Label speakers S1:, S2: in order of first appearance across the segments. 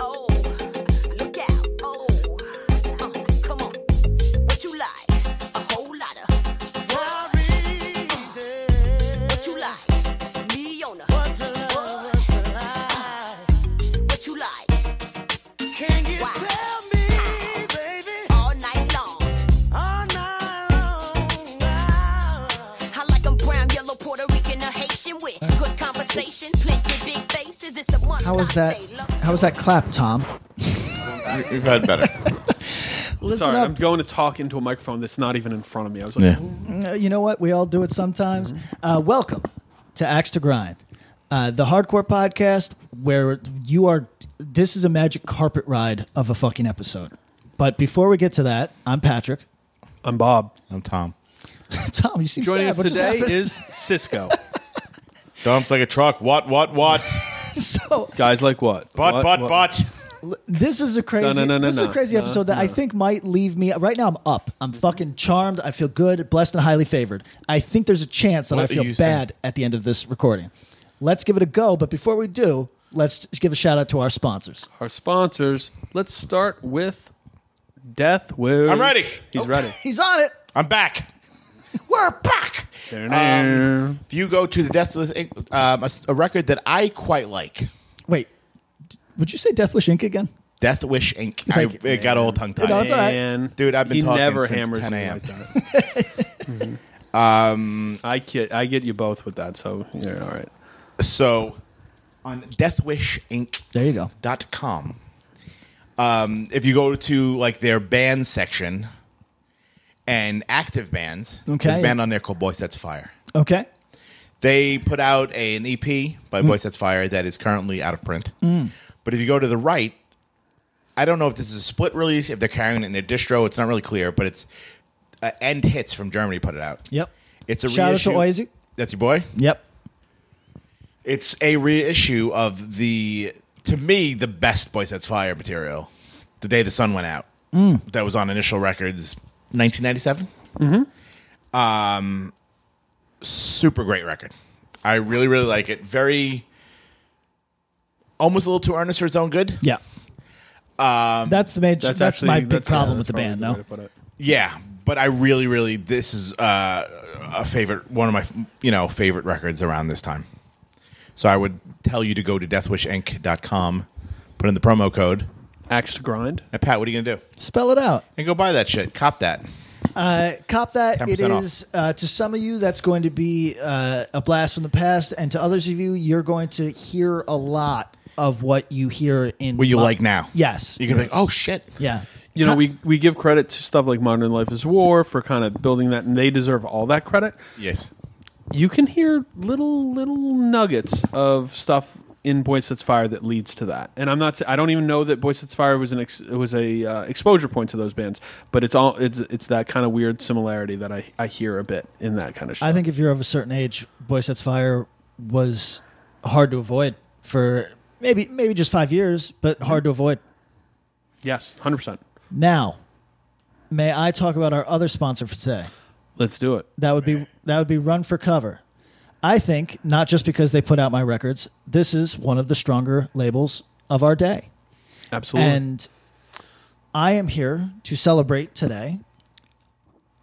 S1: Oh, look out. Oh, uh, come on. What you like? A whole lot of worry. What you like? Me on a what? Uh, What you like?
S2: Can you
S1: Wow.
S2: tell me, baby,
S1: All night long.
S2: all night long?
S1: I like 'em brown, yellow, Puerto Rican, or Haitian with good conversation, plenty big faces. It's a must.
S3: How was
S1: I
S3: that?
S1: say, look.
S3: How was that clap, Tom?
S4: We've had better.
S3: Listen
S5: Sorry, I'm
S3: up.
S5: going to talk into a microphone that's not even in front of me. I was like,
S4: yeah.
S3: Uh, you know what? We all do it sometimes.
S5: Mm-hmm.
S3: Uh, welcome to Axe to Grind, uh, the hardcore podcast where you are. This is a magic carpet ride of a fucking episode. But before we get to that, I'm Patrick.
S5: I'm Bob.
S4: I'm Tom.
S3: Tom, you seem
S5: Joining
S3: sad.
S5: us
S3: What just
S5: today
S3: happened?
S5: is Cisco.
S4: Dumps like a truck. What, what, what?
S3: so.
S5: Guys like what?
S4: But,
S5: What,
S4: but,
S5: what?
S4: but.
S3: This is a crazy.
S5: No, no, no, no,
S3: this is a
S5: no.
S3: crazy
S5: No,
S3: episode that I think might leave me. Right now, I'm up. I'm fucking charmed. I feel good, blessed, and highly favored. I think there's a chance that
S4: What
S3: I
S4: are
S3: feel
S4: you
S3: bad
S4: saying?
S3: at the end of this recording. Let's give it a go. But before we do, let's give a shout out to our sponsors.
S5: Our sponsors. Let's start with Death Wish.
S4: I'm ready. Oh.
S5: He's ready.
S3: He's on it.
S4: I'm back. We're back.
S5: Um,
S4: If you go to the Death with Inc., um, a s- a, record that I quite like,
S3: Wait, d- would you say Death Wish Inc. again?
S4: Death Wish Inc.
S3: Thank
S4: I,
S3: you.
S4: it got all tongue tied.
S3: No, it's all right.
S5: and
S4: Dude, I've been
S5: he
S4: talking
S5: never
S4: since
S5: hammers
S4: 10
S5: me
S4: a.m..
S5: Like that. um, I kid, I get you both with that. So you're all right.
S4: So on deathwishinc.com,
S3: There you go.
S4: um, if you go to like their band section and active bands,
S3: Okay.
S4: there's a band on there called Boy Sets Fire.
S3: Okay.
S4: They put out a, an EP by
S3: Hmm.
S4: Boy Sets Fire that is currently out of print. But if you go to the right, I don't know if this is a split release, if they're carrying it in their distro, it's not really clear, but it's uh, End Hits from Germany put it out.
S3: Yep.
S4: It's a
S3: Shout out to
S4: reissue-
S3: Oazy.
S4: That's your boy?
S3: Yep.
S4: It's a reissue of the, to me, the best Boy Sets Fire material, The Day the Sun Went Out, that was on Initial Records 1997. Mm-hmm. Um, super great record. I really, really like it. Very, almost a little too earnest for its own good.
S3: Yeah. Um, that's the major. That's,
S5: That's, actually
S3: my big
S5: that's- yeah,
S3: problem with
S5: that's
S3: the
S5: probably
S3: band,
S5: a good way
S3: though.
S5: to put it.
S4: Yeah, but I really, really, this is uh, a favorite, one of my, you know, favorite records around this time. So I would tell you to go to deathwishinc.com, put in the promo code.
S5: Axe to grind.
S4: Now, Pat, what are you going to do?
S3: Spell it out.
S4: And go buy that shit. Cop that.
S3: Uh, cop that. It
S4: 10% off.
S3: is uh, to some of you that's going to be uh, a blast from the past, and to others of you, you're going to hear a lot of what you hear in
S4: What you
S3: mo-
S4: like now.
S3: Yes.
S4: You can be like, oh, shit.
S3: yeah.
S5: you know, we, we give credit to stuff like Modern Life is War for kind of building that, and they deserve all that credit.
S4: Yes.
S5: You can hear little little nuggets of stuff in Boy Sets Fire that leads to that, and I'm not sa- I don't even know that Boy Sets Fire was an ex, was a uh, exposure point to those bands, but it's all it's it's that kind of weird similarity that I, I hear a bit in that kind of shit.
S3: I think if you're of a certain age, Boy Sets Fire was hard to avoid for maybe maybe just five years, but hard to avoid.
S5: yes, hundred percent.
S3: Now, may I talk about our other sponsor for today?
S5: Let's do it.
S3: That would be that would be Run for Cover. I think not just because they put out my records. This is one of the stronger labels of our day.
S5: Absolutely.
S3: And I am here to celebrate today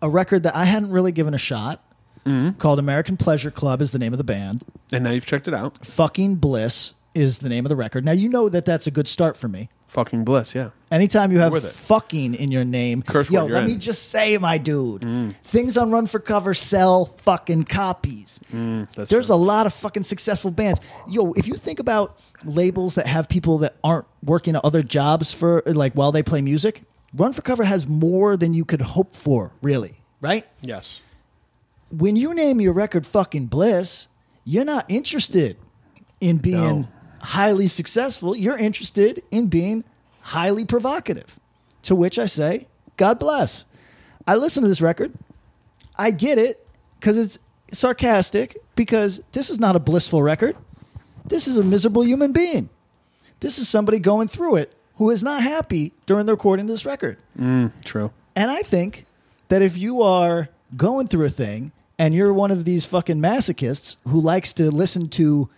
S3: a record that I hadn't really given a shot
S5: Mm-hmm.
S3: called American Pleasure Club is the name of the band.
S5: and now you've checked it out.
S3: Fucking Bliss is the name of the record. Now, you know that that's a good start for me.
S5: Fucking bliss. Yeah.
S3: Anytime you have
S5: Worth it.
S3: fucking in your name,
S5: Curse
S3: yo,
S5: word, you're
S3: let me
S5: in. Mm.
S3: just say, my dude, things on Run for Cover sell fucking copies.
S5: That's
S3: There's
S5: true.
S3: a lot of fucking successful bands. Yo, if you think about labels that have people that aren't working other jobs for like while they play music, Run for Cover has more than you could hope for, really, right?
S5: yes.
S3: When you name your record fucking Bliss, you're not interested in being
S5: No.
S3: highly successful. You're interested in being highly provocative. To which I say, God bless. I listen to this record. I get it because it's sarcastic, because this is not a blissful record. This is a miserable human being. This is somebody going through it who is not happy during the recording of this record.
S5: True.
S3: And I think that if you are going through a thing and you're one of these fucking masochists who likes to listen to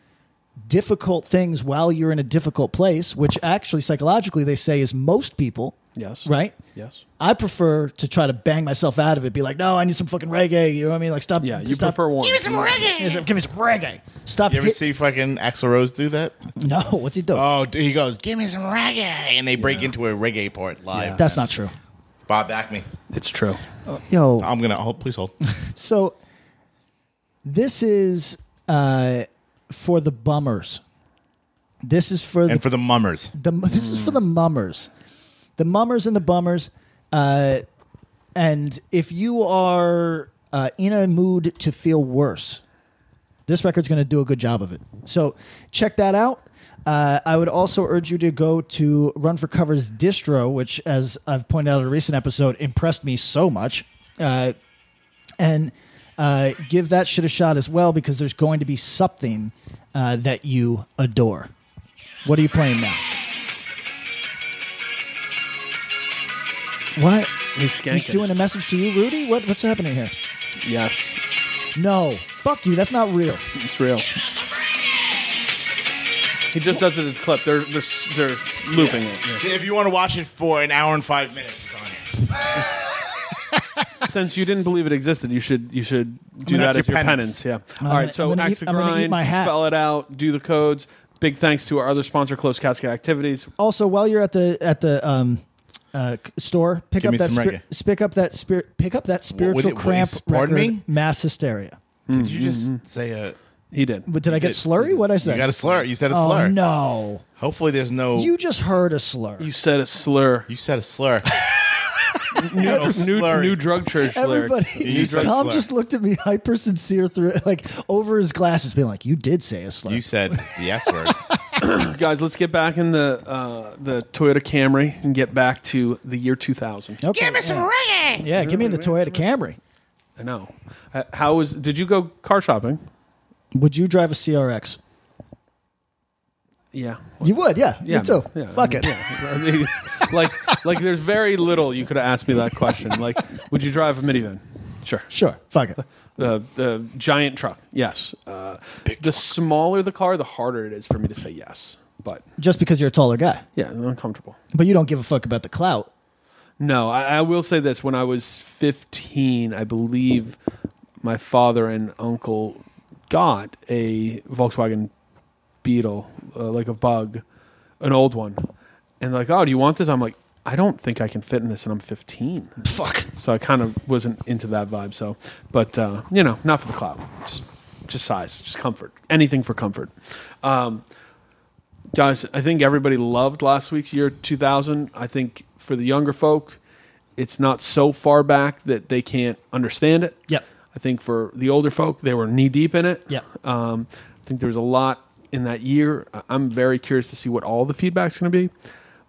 S3: difficult things while you're in a difficult place, which actually psychologically they say is most people.
S5: Yes.
S3: Right?
S5: Yes.
S3: I prefer to try to bang myself out of it, be like, no, I need some fucking reggae. You know what I mean? Like, stop.
S5: Yeah, you
S3: stop,
S5: prefer one.
S3: Give me some- give me some reggae. Stop.
S4: You ever
S3: hit-
S4: see fucking Axl Rose do that?
S3: no, what's he doing?
S4: Oh, dude, he goes, "Give me some reggae," and they break into a reggae part live.
S3: That's not true.
S4: Bob, back me.
S5: It's true.
S3: Yo,
S4: I'm gonna hold. Please hold.
S3: So this is uh, for the bummers. This is for the,
S4: and for the mummers,
S3: the this is for the mummers, the mummers and the bummers. Uh, and if you are uh, in a mood to feel worse, this record's going to do a good job of it. So check that out. Uh, I would also urge you to go to Run for Cover's distro, which, as I've pointed out in a recent episode, impressed me so much. Uh, and uh, give that shit a shot as well because there's going to be something uh, that you adore. What are you playing now? What?
S5: He's skanking.
S3: He's doing a message to you, Rudy? What, what's happening here?
S5: yes.
S3: No. Fuck you. That's not real.
S5: It's real. He just does it as a clip. They're they're, they're looping it.
S4: if you want to watch it for an hour and five minutes, it's on here.
S5: Since you didn't believe it existed, you should you should do
S4: mean,
S5: that
S4: that's
S5: as
S4: your
S5: your
S4: penance.
S5: penance. Yeah. All
S3: gonna-
S5: right. So
S3: I'm gonna
S5: axe
S3: eat-
S5: to
S3: I'm gonna eat
S5: grind.
S3: my hat.
S5: Spell it out. Do the codes. Big thanks to our other sponsor, Close Casket Activities.
S3: Also, while you're at the at the um, uh, c- store, pick
S4: Give
S3: up
S4: me
S3: that
S4: some
S3: spirit.
S4: reggae.
S3: Pick up that spirit. Pick up that spiritual
S4: it- what,
S3: cramp
S4: is-
S3: record.
S4: pardon me?
S3: Mass hysteria.
S4: Did you just
S3: Mm-hmm.
S4: say a?
S5: He did.
S3: But did I get slurry? What I
S4: You
S3: say?
S4: got a slur. You said a
S3: oh
S4: slur.
S3: no!
S4: Hopefully, there's no.
S3: You just heard a slur.
S5: You said a slur.
S4: You said a slur.
S5: New, new,
S4: slurry.
S5: new drug church lyrics.
S3: Everybody,
S4: You said
S3: Tom
S4: slur.
S3: just looked at me hyper sincere through like over his glasses, being like, "You did say a slur."
S4: you said the S word.
S5: Guys, let's get back in the uh, the Toyota Camry and get back to the year 2000.
S3: okay, give me some yeah. reggae. Yeah, give me the Toyota Camry.
S5: I know. Uh, How was? Did you go car shopping?
S3: Would you drive a CRX?
S5: Yeah.
S3: You would, yeah.
S5: Yeah,
S3: me too.
S5: yeah,
S3: Fuck
S5: I
S3: it.
S5: mean, yeah. I mean, like, like there's very little you could have asked me that question. Like, would you drive a minivan? Sure.
S3: Sure. Fuck it.
S5: The the giant truck. Yes. Uh, the smaller the car, the harder it is for me to say yes. But
S3: Just because you're a taller guy,
S5: yeah, I'm uncomfortable.
S3: but you don't give a fuck about the clout.
S5: No, I, I will say this. When I was 15, I believe my father and uncle got a Volkswagen Beetle, uh, like a bug, an old one. And they're like, oh, do you want this? I'm like, I don't think I can fit in this, and I'm 15.
S3: Fuck.
S5: So I kind of wasn't into that vibe. So, but uh, you know, not for the clout, just, just size, just comfort, anything for comfort. Um, guys, I think everybody loved last week's year 2000. I think for the younger folk, it's not so far back that they can't understand it.
S3: Yep.
S5: I think for the older folk, they were knee deep in it.
S3: Yep.
S5: Um, I think there was a lot in that year. I- I'm very curious to see what all the feedback's going to be.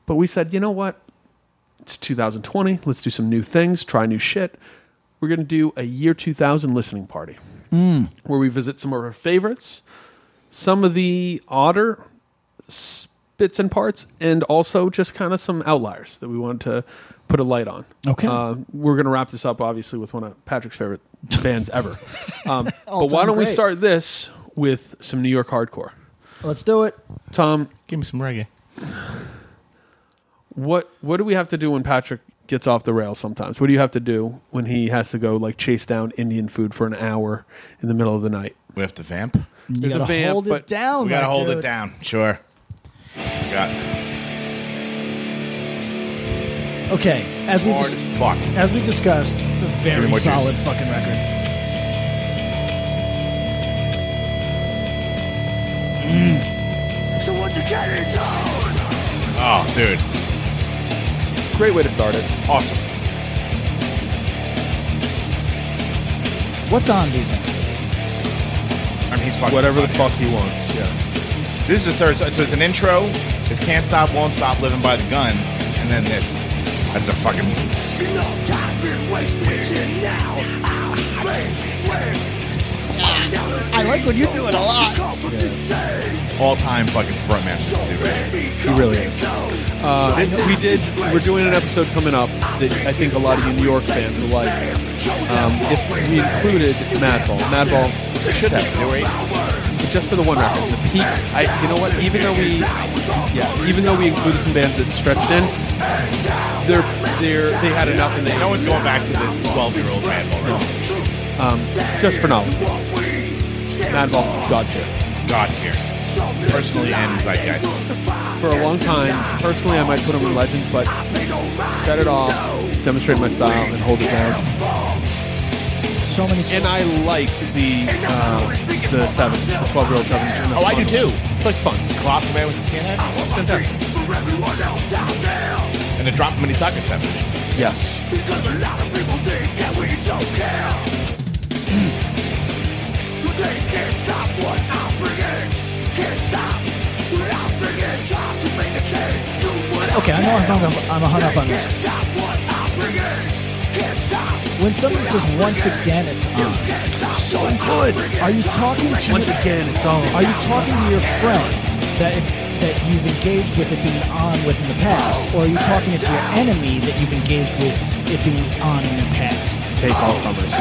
S5: But we said, you know what? It's 2020. Let's do some new things, try new shit. We're going to do a year 2000 listening party where we visit some of our favorites, some of the odder s- bits and parts, and also just kind of some outliers that we wanted to put a light on.
S3: Okay.
S5: Uh, we're going to wrap this up, obviously, with one of Patrick's favorite bands ever. Um, but why
S3: All-time
S5: don't we
S3: great.
S5: start this with some New York hardcore?
S3: Let's do it.
S5: Tom,
S4: Give me some reggae.
S5: what what do we have to do when Patrick gets off the rails sometimes? What do you have to do when he has to go like chase down Indian food for an hour in the middle of the night?
S4: We have to vamp. We
S3: You
S5: There's a
S3: gotta
S5: vamp,
S3: hold it
S5: but
S3: down.
S4: gotta
S3: my
S4: hold
S3: dude.
S4: it down. Sure. Got
S3: Okay, as we
S4: hard
S3: dis-
S4: as fuck.
S3: as we discussed,
S4: Give me
S3: very
S4: more
S3: solid
S4: juice.
S3: fucking record.
S2: So what you get into?
S4: Oh, dude,
S5: Great way to start it.
S4: awesome.
S3: What's on? Do you think?
S4: I mean, he's fucking
S5: Whatever the
S4: funny.
S5: fuck he wants. Yeah.
S4: This is the third. So it's an intro. It's can't stop, won't stop, living by the gun, and then this. That's a fucking.
S2: Enough time been wasted. Now I face
S3: I like Franklin, you're doing a lot.
S4: All time fucking frontman.
S5: He really is. Uh, this- we did. We're doing an episode coming up that I think a lot of you New York fans will like. Um, if we included Madball, Madball should have. They were eight- Just for the one record, the peak. I, you know what? Even though we, yeah, even though we included some bands that stretched in, they're they're they had enough in the
S4: No one's going back to the 12 year old Madball.
S5: just for novelty. Madball, gotcha.
S4: God here. Personally and Zeitgeist.
S5: for a long time. Personally, I might put him in legends, but set it off, demonstrate my style, and hold it down.
S3: So many.
S5: And I like the uh, the seven, the twelve year old seven.
S4: Oh, I do too.
S5: It's like fun.
S4: Collapse man was a skinhead.
S5: Fantastic.
S4: And the drop mini soccer seven.
S5: Yes.
S3: Okay, I know I'm hung up, I'm hung up on this. When somebody says once again it's on, so good. Are you talking to
S5: Once again, it's all.
S3: Are you talking to your friend that it's that you've engaged with it being on with in the past, or are you talking to your enemy that you've engaged with it being on in the past?
S5: Take all comers.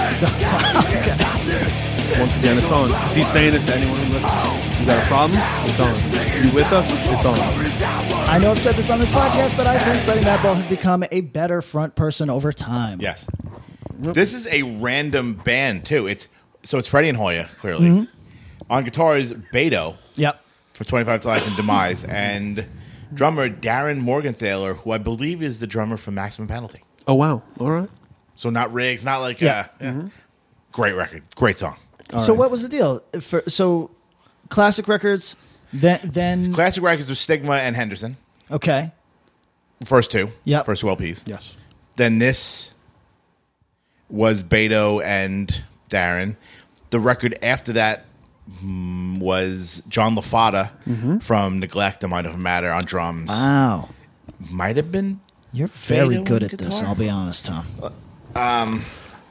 S5: Once again, it's on. 'Cause he's saying it to anyone who listens. You got a problem? It's on. You with us? It's on.
S3: I know I've said this on this podcast, but I think Freddie Madball has become a better front person over time.
S4: Yes. This is a random band too. It's so it's Freddie and Hoya clearly. On guitar is Beto
S3: Yep.
S4: for Twenty Five to Life and Demise, and drummer Darren Morgenthaler, who I believe is the drummer for Maximum Penalty.
S5: Oh wow. All right.
S4: So not rigs, not like
S3: Yeah.
S4: uh, yeah. great record, great song.
S3: so what was the deal? For, so classic records, then then
S4: Classic records with Stigma and Henderson,
S3: okay.
S4: first two,
S3: Yep.
S4: first two LPs.
S5: Yes.
S4: Then this was Beto and Darren. The record after that mm, was John LaFada
S5: Mm-hmm.
S4: from Neglect the Mind of Matter on drums.
S5: Ah.
S3: Wow.
S4: Might have been.
S3: You're very
S4: Fado
S3: good
S4: on
S3: at this,
S4: guitar? Uh,
S3: I'll be honest, Tom.
S4: I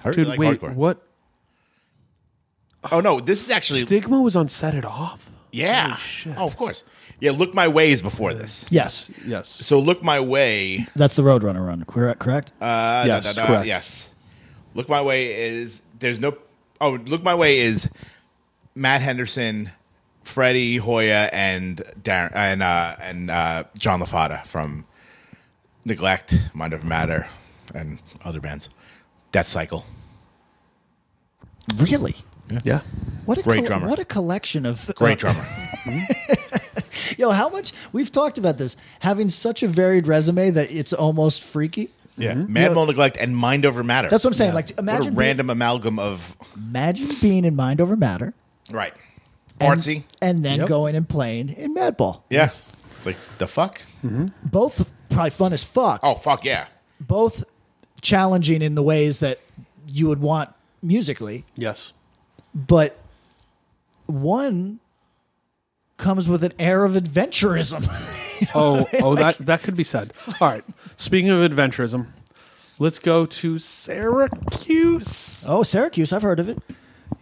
S4: really
S5: Dude,
S4: like
S5: wait.
S4: hardcore.
S5: What?
S4: Oh no, this is actually
S5: Stigma was on Set It Off.
S4: yeah.
S5: Holy shit.
S4: Oh, of course. Yeah, look my way is before this.
S3: Yes.
S5: Yes.
S4: So look my way.
S3: That's the Roadrunner run, correct? correct?
S4: Uh,
S5: Yes,
S4: da, da, da,
S5: correct.
S4: Yes. Look my way is there's no. Oh, look my way is Matt Henderson, Freddie Hoya, and Darren and uh, and uh, John LaFada from Neglect, Mind Over Matter, and other bands. Death Cycle.
S3: really?
S5: Yeah.
S3: What a
S4: Great drummer.
S3: What a collection of uh,
S4: Great drummer.
S3: Yo, how much we've talked about this having such a varied resume that it's almost freaky.
S4: yeah. Madball Mm-hmm. Neglect and Mind Over Matter.
S3: That's what I'm saying. Like
S4: What
S3: imagine
S4: a random amalgam of
S3: being, imagine being in Mind Over Matter,
S4: right
S3: and,
S4: artsy.
S3: and then
S5: Yep.
S3: going and playing in Madball.
S4: yeah. It's like the fuck.
S3: Both probably fun as fuck.
S4: Oh fuck yeah.
S3: Both challenging in the ways that you would want musically,
S5: Yes.
S3: but one comes with an air of adventurism.
S5: Oh, oh, that that could be said. All right. Speaking of adventurism, let's go to Syracuse.
S3: oh, Syracuse, I've heard of it.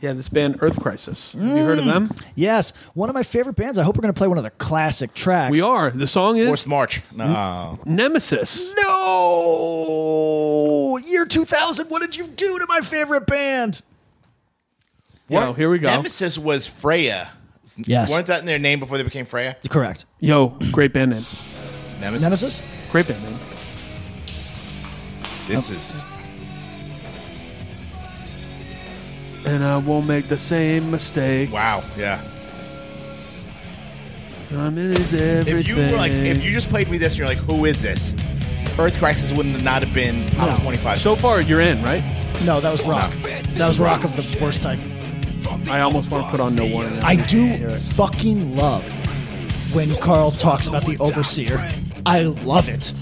S5: Yeah, this band Earth Crisis. Have you heard of
S4: Mm.
S5: them?
S3: Yes, one of my favorite bands. I hope we're going to play one of their classic tracks.
S5: We are. The song is
S4: Forced March.
S3: Mm-hmm.
S4: Um, No.
S5: Nemesis.
S3: No! Year 2000, what did you do to my favorite band?
S5: Yo, here we go.
S4: Nemesis was Freya.
S3: Yes.
S4: Weren't that in their name before they became Freya?
S3: Correct.
S5: Yo, great band name.
S4: Nemesis.
S3: Nemesis?
S5: Great band name.
S4: This is
S5: And I won't make the same mistake.
S4: wow. Yeah.
S5: Coming is everything.
S4: If you were like, if you just played me this, and you're like, who is this? Earth Crisis wouldn't not have been top
S3: No.
S4: 25.
S5: so far, you're in, right?
S3: No, that was rock. That was rock of the worst type.
S5: I almost want to put on No Warning.
S3: I do fucking love when Carl talks about the overseer. I love it.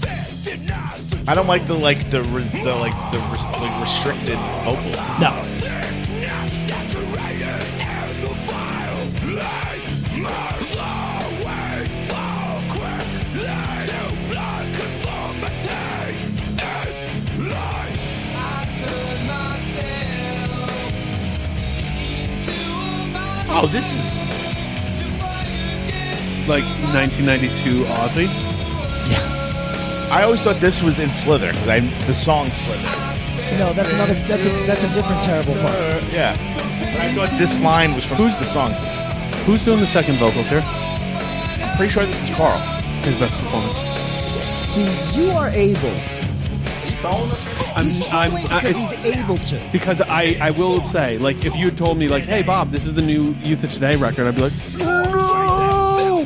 S4: I don't like the like the re, the like the re, like restricted vocals.
S3: No.
S4: Oh Wow, this is
S5: Like 1992 Aussie.
S4: I always thought this was in Slither because I the song Slither.
S3: No, that's another. That's a that's a different terrible part.
S4: Yeah, but I thought this line was from who's the song? Slither.
S5: Who's doing the second vocals here?
S4: I'm pretty sure this is Carl.
S5: His best performance.
S3: See, you are able.
S5: I'm,
S3: He's just
S5: I'm,
S3: doing it
S5: I-
S3: because
S5: it's-
S3: he's able to.
S5: because I, I will say, like, if you had told me, like, hey, Bob, this is the new Youth of Today record, I'd be like, no!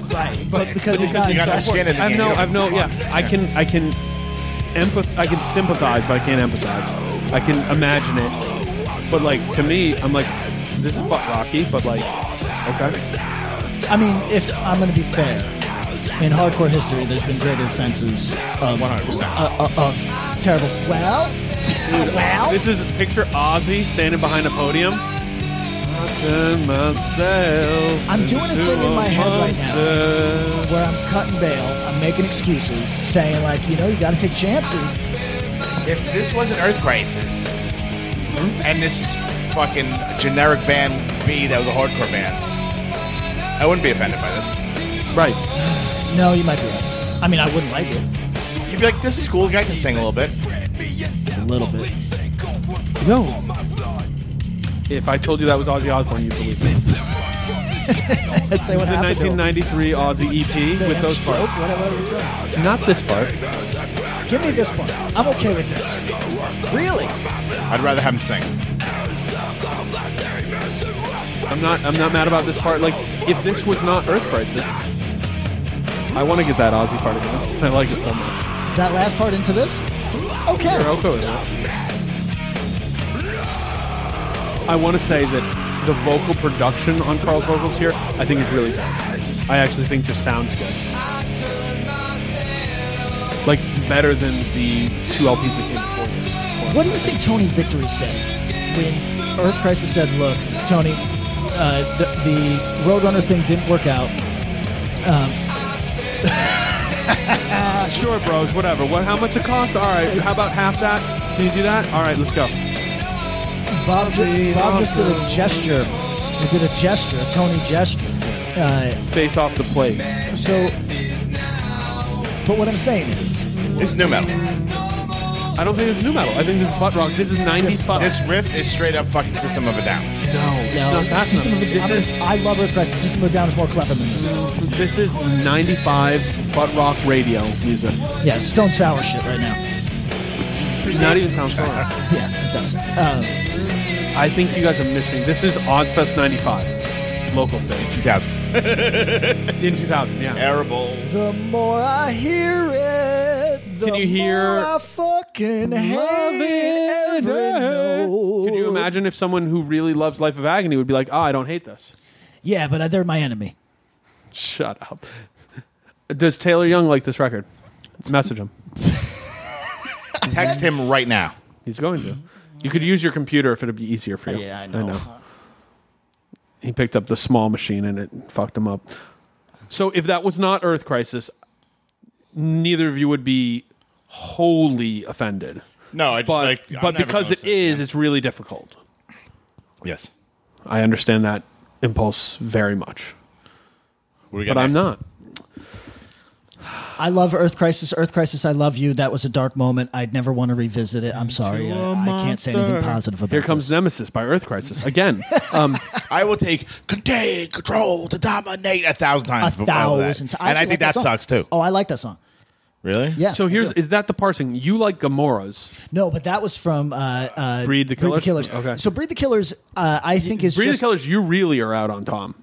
S3: But because he's not.
S4: You got no skin in the
S5: I've
S4: game.
S5: no,
S4: You don't
S5: I've no,
S4: give a
S5: yeah.
S4: fuck.
S5: I can, I can, empath, I can sympathize, but I can't empathize. I can imagine it, but like to me, I'm like, this is butt rocky, but like, okay,
S3: I mean, if I'm going to be fair, in hardcore history, there's been greater offenses of, uh, uh, of terrible. Well, well,
S5: this is picture Ozzy standing behind a podium. I turn myself
S3: I'm doing a
S5: into
S3: thing in
S5: a
S3: my head right now.
S5: monster.
S3: where I'm cutting bail, I'm making excuses, saying like, you know, you got to take chances.
S4: If this was an Earth Crisis, and this is fucking generic band B that was a hardcore band, I wouldn't be offended by this.
S5: Right.
S3: No, you might be right. I mean, I wouldn't like it
S4: You'd be like, "This is cool. The guy can sing a little bit."
S3: a little bit.
S5: No. If I told you that was Ozzy Osbourne, you'd believe me.
S3: Let's say what
S5: The
S3: happened. to him.
S5: 1993 Ozzy EP
S3: Say
S5: E with
S3: I'm
S5: those
S3: stroke,
S5: parts.
S3: whatever it was going.
S5: Not this part.
S3: Give me this part. I'm okay with this. Really?
S4: I'd rather have him sing.
S5: I'm not. I'm not mad about this part. Like, if this was not Earth Crisis, I want to get that Aussie part again. I like it so much.
S3: That last part into this? Okay.
S5: I'll go with it. I want to say that the vocal production on Carl's vocals here, I think, is really good. I actually think just sounds good. Like better than the two LPs that came before. this.
S3: What do you think Tony Victory said when Earth Crisis said, "Look, Tony, uh, the, the Roadrunner thing didn't work out.
S5: Sure, bros. Whatever. What? How much it costs? All right. How about half that? Can you do that? All right. Let's go.
S3: Bob, ju- Bob just did a gesture. He did a gesture, a Tony gesture. Uh,
S5: Face off the plate.
S3: so, but what I'm saying is,
S4: It's new metal.
S5: I don't think this is new metal. I think this is butt rock. This is 90s butt rock.
S4: This riff is straight up fucking System of a Down.
S5: No, it's
S3: no,
S5: not that
S3: System of a
S5: metal.
S3: Down
S5: This
S3: is- I love Earth Crisis. System of a Down is more clever than this.
S5: is this is 95 butt rock radio music.
S3: Yeah, Stone Sour shit right now.
S5: Not even sounds fun.
S3: Yeah, it does. Uh,
S5: I think you guys are missing. This is Ozfest 95, local stage
S4: 2000.
S5: in 2000. Yeah.
S4: Terrible.
S3: the more I hear it, the
S5: Can you hear-
S3: more I fucking
S5: Love
S3: hate
S5: it.
S3: every note.
S5: Could you imagine if someone who really loves Life of Agony would be like, "Oh, I don't hate this."
S3: Yeah, but uh, they're my enemy.
S5: Shut up. Does Taylor Young like this record? Message him.
S4: Text him right now.
S5: He's going to. You could use your computer if it'd be easier for you.
S3: Yeah, I know.
S5: he picked up the small machine and it fucked him up. So if that was not Earth Crisis, neither of you would be wholly offended.
S4: No, I just,
S5: But
S4: like, I'm
S5: but
S4: never
S5: because
S4: gonna
S5: it
S4: listen to
S5: is,
S4: this
S5: it's really difficult.
S4: band. yes.
S5: I understand that impulse very much,
S4: What do we got
S5: but I'm
S4: next?
S5: not.
S3: I love Earth Crisis. Earth Crisis, I love you. That was a dark moment. I'd never want to revisit it. I'm sorry. I, I can't say anything positive about
S5: Here comes Nemesis by Earth Crisis again. Um,
S4: I will take contain, control, to dominate a thousand
S3: this.
S4: times.
S3: a
S4: before all that.
S3: thousand times.
S4: And I
S3: like
S4: think that
S3: song.
S4: sucks too.
S3: Oh, I like that song.
S4: Really?
S3: Yeah.
S5: so here's is that the parsing? You like Gamoras?
S3: no, but that was from uh, uh,
S5: Breed the Killers?
S3: Killers.
S5: Okay.
S3: So Breed the Killers, uh, I think is
S5: Breed
S3: just
S5: the Killers. You really are out on Tom.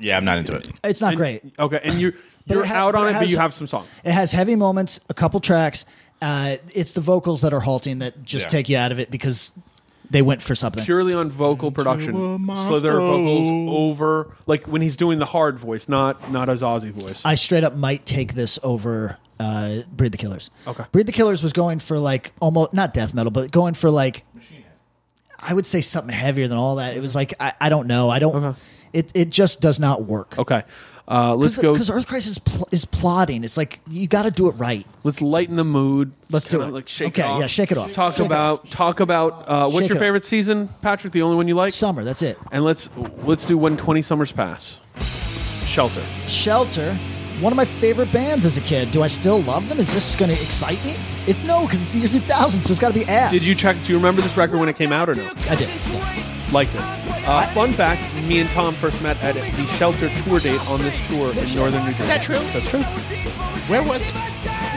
S4: Yeah, I'm not into it.
S3: it's not
S5: And-
S3: great.
S5: Okay, and you
S3: But
S5: you're
S3: it ha-
S5: out on
S3: but
S5: it,
S3: it
S5: but you
S3: has-
S5: have some songs.
S3: It has heavy moments, a couple tracks. Uh, it's the vocals that are halting that just
S4: Yeah.
S3: take you out of it because they went for something.
S5: purely on vocal production. Slither vocals over, like when he's doing the hard voice, not not his Aussie voice.
S3: I straight up might take this over uh, Breed the Killers.
S5: Okay.
S3: Breed the Killers was going for like almost not death metal, but going for like I would say something heavier than all that. It was like I, I don't know. I don't.
S5: Okay.
S3: It it just does not work.
S5: okay, Uh, let's go.
S3: because Earth Crisis pl- is plotting. It's like you got to do it right.
S5: Let's lighten the mood.
S3: Let's do
S5: kinda,
S3: it.
S5: Like shake
S3: Okay,
S5: it off.
S3: yeah, shake it off.
S5: Talk
S3: Shake it
S5: about talk about uh, what's
S3: Shake
S5: your
S3: it
S5: favorite season, Patrick? The only one you like.
S3: Summer, that's it.
S5: and let's let's do when twenty summers pass. Shelter.
S3: Shelter, one of my favorite bands as a kid. Do I still love them? Is this going to excite me? It, no, because it's the year 2000, so it's got to be ass.
S5: Did you check? Do you remember this record when it came out or no?
S3: I did.
S5: Liked it. Uh, fun fact: Me and Tom first met at the Shelter tour date on this tour in northern New Jersey. Is that true? That's true.
S4: Where was it?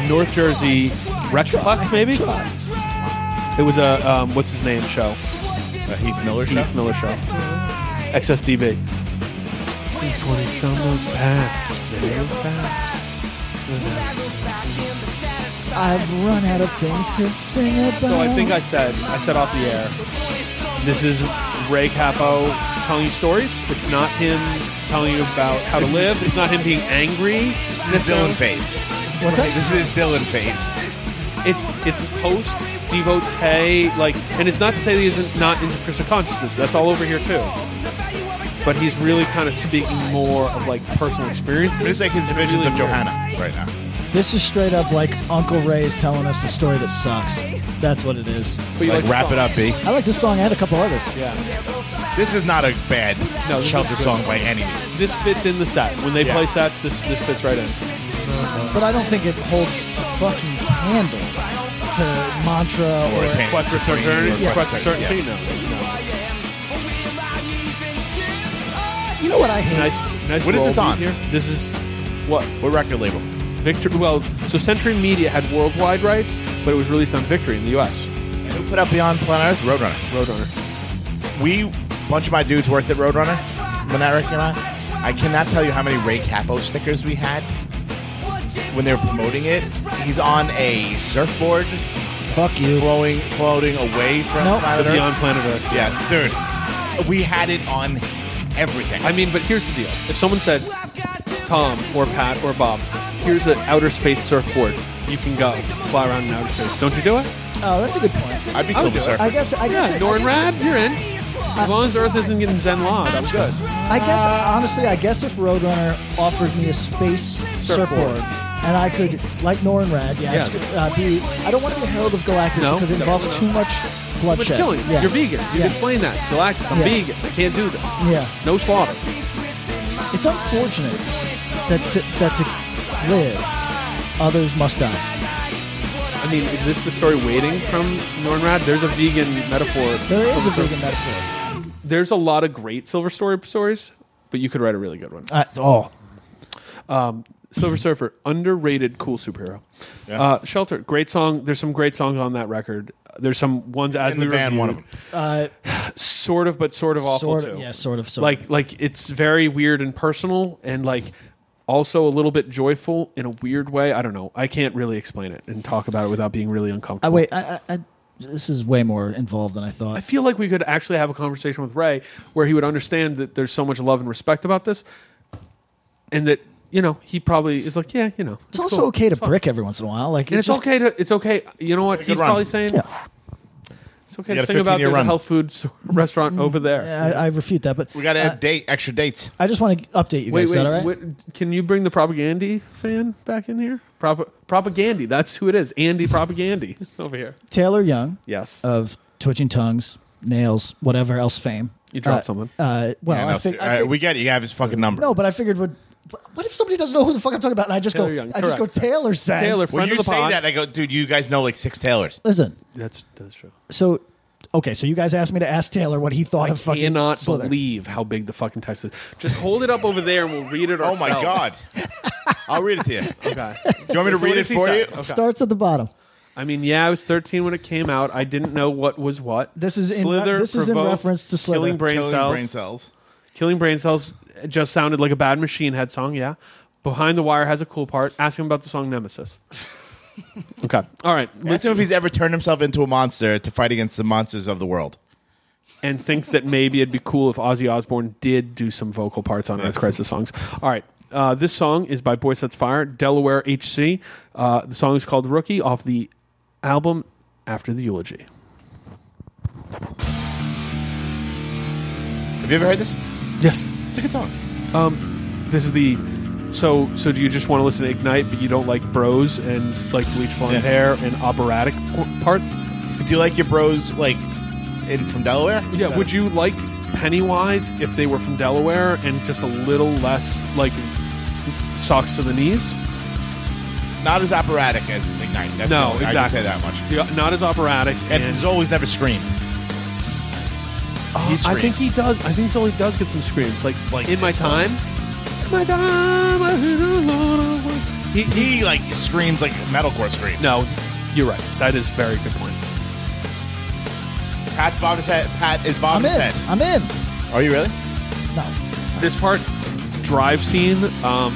S5: North Jersey Recplex, maybe. It was a um, what's his name show.
S4: Uh, Heath Miller show.
S5: Keith Miller show. XSDB. 20 summers past.
S3: I've run out of things to sing about.
S5: So I think I said, I said off the air, this is Ray Capo telling you stories. It's not him telling you about how to live. It's not him being angry.
S4: This is Dylan phase.
S3: What's that?
S4: This is Dylan phase.
S5: It's it's post devotee like, and it's not to say that he isn't not into Christian consciousness. That's all over here too. But he's really kind of speaking more of like personal experiences.
S4: It's like his
S5: It's
S4: visions of
S5: really weird.
S4: Johanna right now.
S3: This is straight up like Uncle Ray is telling us a story that sucks. That's what it is.
S5: But you
S4: Like,
S5: the
S4: wrap
S5: song.
S4: it up, B.
S3: I like this song. I had a couple others.
S5: Yeah.
S4: This is not a bad
S5: No, this is
S4: shelter
S5: good.
S4: song by any means.
S5: This fits in the set. When they
S4: Yeah.
S5: play sets, this this fits right in.
S3: But I don't think it holds a fucking candle to mantra or.
S4: Or a
S5: Quest for
S4: Tangerine, or
S5: certainty.
S4: Quest
S5: Quest for
S4: for Certainty,
S5: certainty.
S4: yeah.
S5: No.
S3: you know what I hate?
S5: Nice, nice.
S4: What is
S5: roll
S4: this on?
S5: here. This is what
S4: What record label?
S5: Victor. Well, so Century Media had worldwide rights, but it was released on Victory in the U.S.
S4: And who put out Beyond Planet Earth? Roadrunner.
S5: Roadrunner.
S4: we a bunch of my dudes worked at Roadrunner when that record came out. I cannot tell you how many Ray Capo stickers we had when they were promoting it. He's on a surfboard,
S3: Fuck you.
S4: flowing, floating away from
S3: Nope.
S4: planet Earth.
S5: Beyond Planet Earth.
S4: Yeah, dude, we had it on everything.
S5: I mean, but here's the deal: if someone said Tom or Pat or Bob, here's an outer space surfboard, you can go fly around in outer space. Don't you do it?
S3: Oh, that's a good point.
S4: I'd be silver
S3: I
S4: surfer.
S3: guess. I guess.
S5: Yeah,
S3: it-
S5: Norn
S3: I guess it-
S5: Rad, you're in. As long as Earth isn't getting Zen Law, that's good.
S3: I guess honestly, I guess if Roadrunner offered me a space surfboard,
S5: Surfboard.
S3: and I could, like Norrin Rad, yeah,
S5: Yeah.
S3: sc- Uh, be, I don't want to be a Herald of Galactus
S5: No.
S3: because it
S5: No.
S3: involves too much
S5: But
S3: bloodshed.
S5: killing.
S3: Yeah.
S5: You're vegan. You
S3: yeah.
S5: can explain that. Galactus, I'm
S3: Yeah.
S5: vegan. I can't do this.
S3: Yeah.
S5: No slaughter.
S3: It's unfortunate that to, that to live, others must die.
S5: I mean, is this the story waiting from Nornrad? There's a vegan metaphor.
S3: There is a
S5: Silver
S3: vegan
S5: Sur-
S3: metaphor.
S5: There's a lot of great Silver Story stories, but you could write a really good one.
S3: Uh, oh,
S5: Silver Surfer, underrated, cool superhero. Uh, Shelter, great song. There's some great songs on that record. There's some ones as
S4: In
S5: we
S4: the van,
S5: reviewed,
S4: one of them.
S5: sort of, but sort of
S3: Uh,
S5: awful
S3: sort of,
S5: too.
S3: yeah, sort of, sort of.
S5: Like, like it's very weird and personal, and like also a little bit joyful in a weird way. I don't know. I can't really explain it and talk about it without being really uncomfortable.
S3: I Uh, wait. I, I, I, this is way more involved than I thought.
S5: I feel like we could actually have a conversation with Ray where he would understand that there's so much love and respect about this, and that you know he probably is like, yeah, you know,
S3: it's also okay to brick every once in a while. Like
S5: and
S3: it
S5: it's
S3: just-
S5: okay to it's okay. You know what
S4: a good
S5: he's
S4: run.
S5: probably saying?
S3: Yeah.
S5: It's okay
S4: You
S5: to
S4: got a
S5: sing about
S4: 15-year
S5: there's a
S4: run.
S5: health food s-
S3: Mm-hmm.
S5: restaurant over there.
S3: I, I refute that, but
S4: We got to
S3: uh, oh,
S4: add date extra dates.
S3: I just want to update you guys.
S5: Wait,
S3: Is
S5: wait,
S3: that all right?
S5: wait, can you bring the propagandy fan back in here? Prop- propagandy, that's who it is. Andy Propagandy over here.
S3: Taylor Young.
S5: Yes.
S3: of twitching tongues, nails, whatever else fame.
S5: You dropped
S3: uh,
S5: someone.
S3: Uh, well,
S4: Yeah,
S3: I,
S4: no,
S3: fig- I
S4: all right,
S3: fig-
S4: we get it. You have his fucking number.
S3: no, but I figured would. What if somebody doesn't know who the fuck I'm talking about? And I just
S5: Taylor
S3: go,
S5: Young,
S3: I just go.
S5: correct.
S3: Taylor says.
S5: Taylor,
S4: When
S5: friend
S4: you
S5: of the
S4: say
S5: pod.
S4: that, I go, dude, you guys know like six Taylors.
S3: Listen.
S5: that's that's true.
S3: So, okay, so you guys asked me to ask Taylor what he thought
S5: I
S3: of fucking.
S5: cannot
S3: Slither.
S5: believe how big the fucking text is. Just hold it up over there and we'll read it
S4: Oh
S5: ourselves.
S4: my god! I'll read it to you. Do
S5: Okay.
S4: you want me to read
S5: So what
S4: it
S5: does he
S4: for
S5: say?
S4: you?
S5: Okay.
S3: Starts at the bottom.
S5: I mean, yeah, I was 13 when it came out. I didn't know what was what.
S3: This is in- this is in
S5: provoked,
S3: reference to Slither.
S5: Killing brain
S4: Killing
S5: cells.
S4: brain cells.
S5: Killing brain cells just sounded like a bad machine head song. Yeah. Behind the wire has a cool part. Ask him about the song Nemesis. okay. All right.
S4: Let's
S5: Let's
S4: see if he's ever turned himself into a monster to fight against the monsters of the world.
S5: and thinks that maybe it'd be cool if Ozzy Osbourne did do some vocal parts on Earth Crisis songs. All right. Uh, this song is by Boy Sets Fire, Delaware HC. Uh, the song is called Rookie off the album After the Eulogy.
S4: Have you ever heard this?
S5: Yes.
S4: It's a good song.
S5: Um, this is the So, so do you just want to listen to Ignite, but you don't like Bros and like bleach blonde hair and operatic p- parts?
S4: Do you like your bros like in from Delaware?
S5: Yeah. Would you like Pennywise if they were from Delaware and just a little less like socks to the knees?
S4: Not as operatic as Ignite. That's
S5: no,
S4: the only-
S5: exactly.
S4: I can say that much.
S5: Yeah, not as operatic.
S4: And,
S5: And,
S4: Zoli's never screamed. he
S5: Oh, I think
S4: screams.
S5: he does. I think Zoli does get some screams. Like,
S4: Like
S5: in my
S4: this one.
S5: time. In my time. I hit a lot of work. He, he,
S4: He like screams like a metalcore scream.
S5: no, you're right. That is a very good point.
S4: Pat's bobbed his head. Pat is
S3: I'm
S4: bobbed his
S3: in.
S4: head.
S3: I'm in.
S4: Are you really?
S3: No.
S5: This part, drive scene um,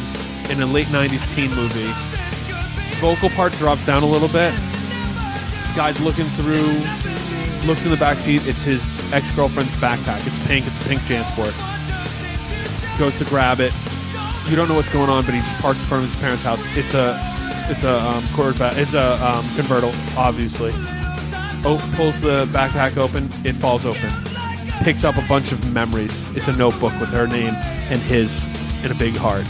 S5: in a late 90s teen movie. Vocal part drops down a little bit. Guy's looking through, looks in the back seat. It's his ex girlfriend's backpack. It's pink. It's a pink Jansport. Goes to grab it. You don't know what's going on, but he just parked in front of his parents' house. It's a, it's a um, Corvette. It's a um, convertible, obviously. Oh, pulls the backpack open. It falls open. Picks up a bunch of memories. It's a notebook with her name and his and a big heart.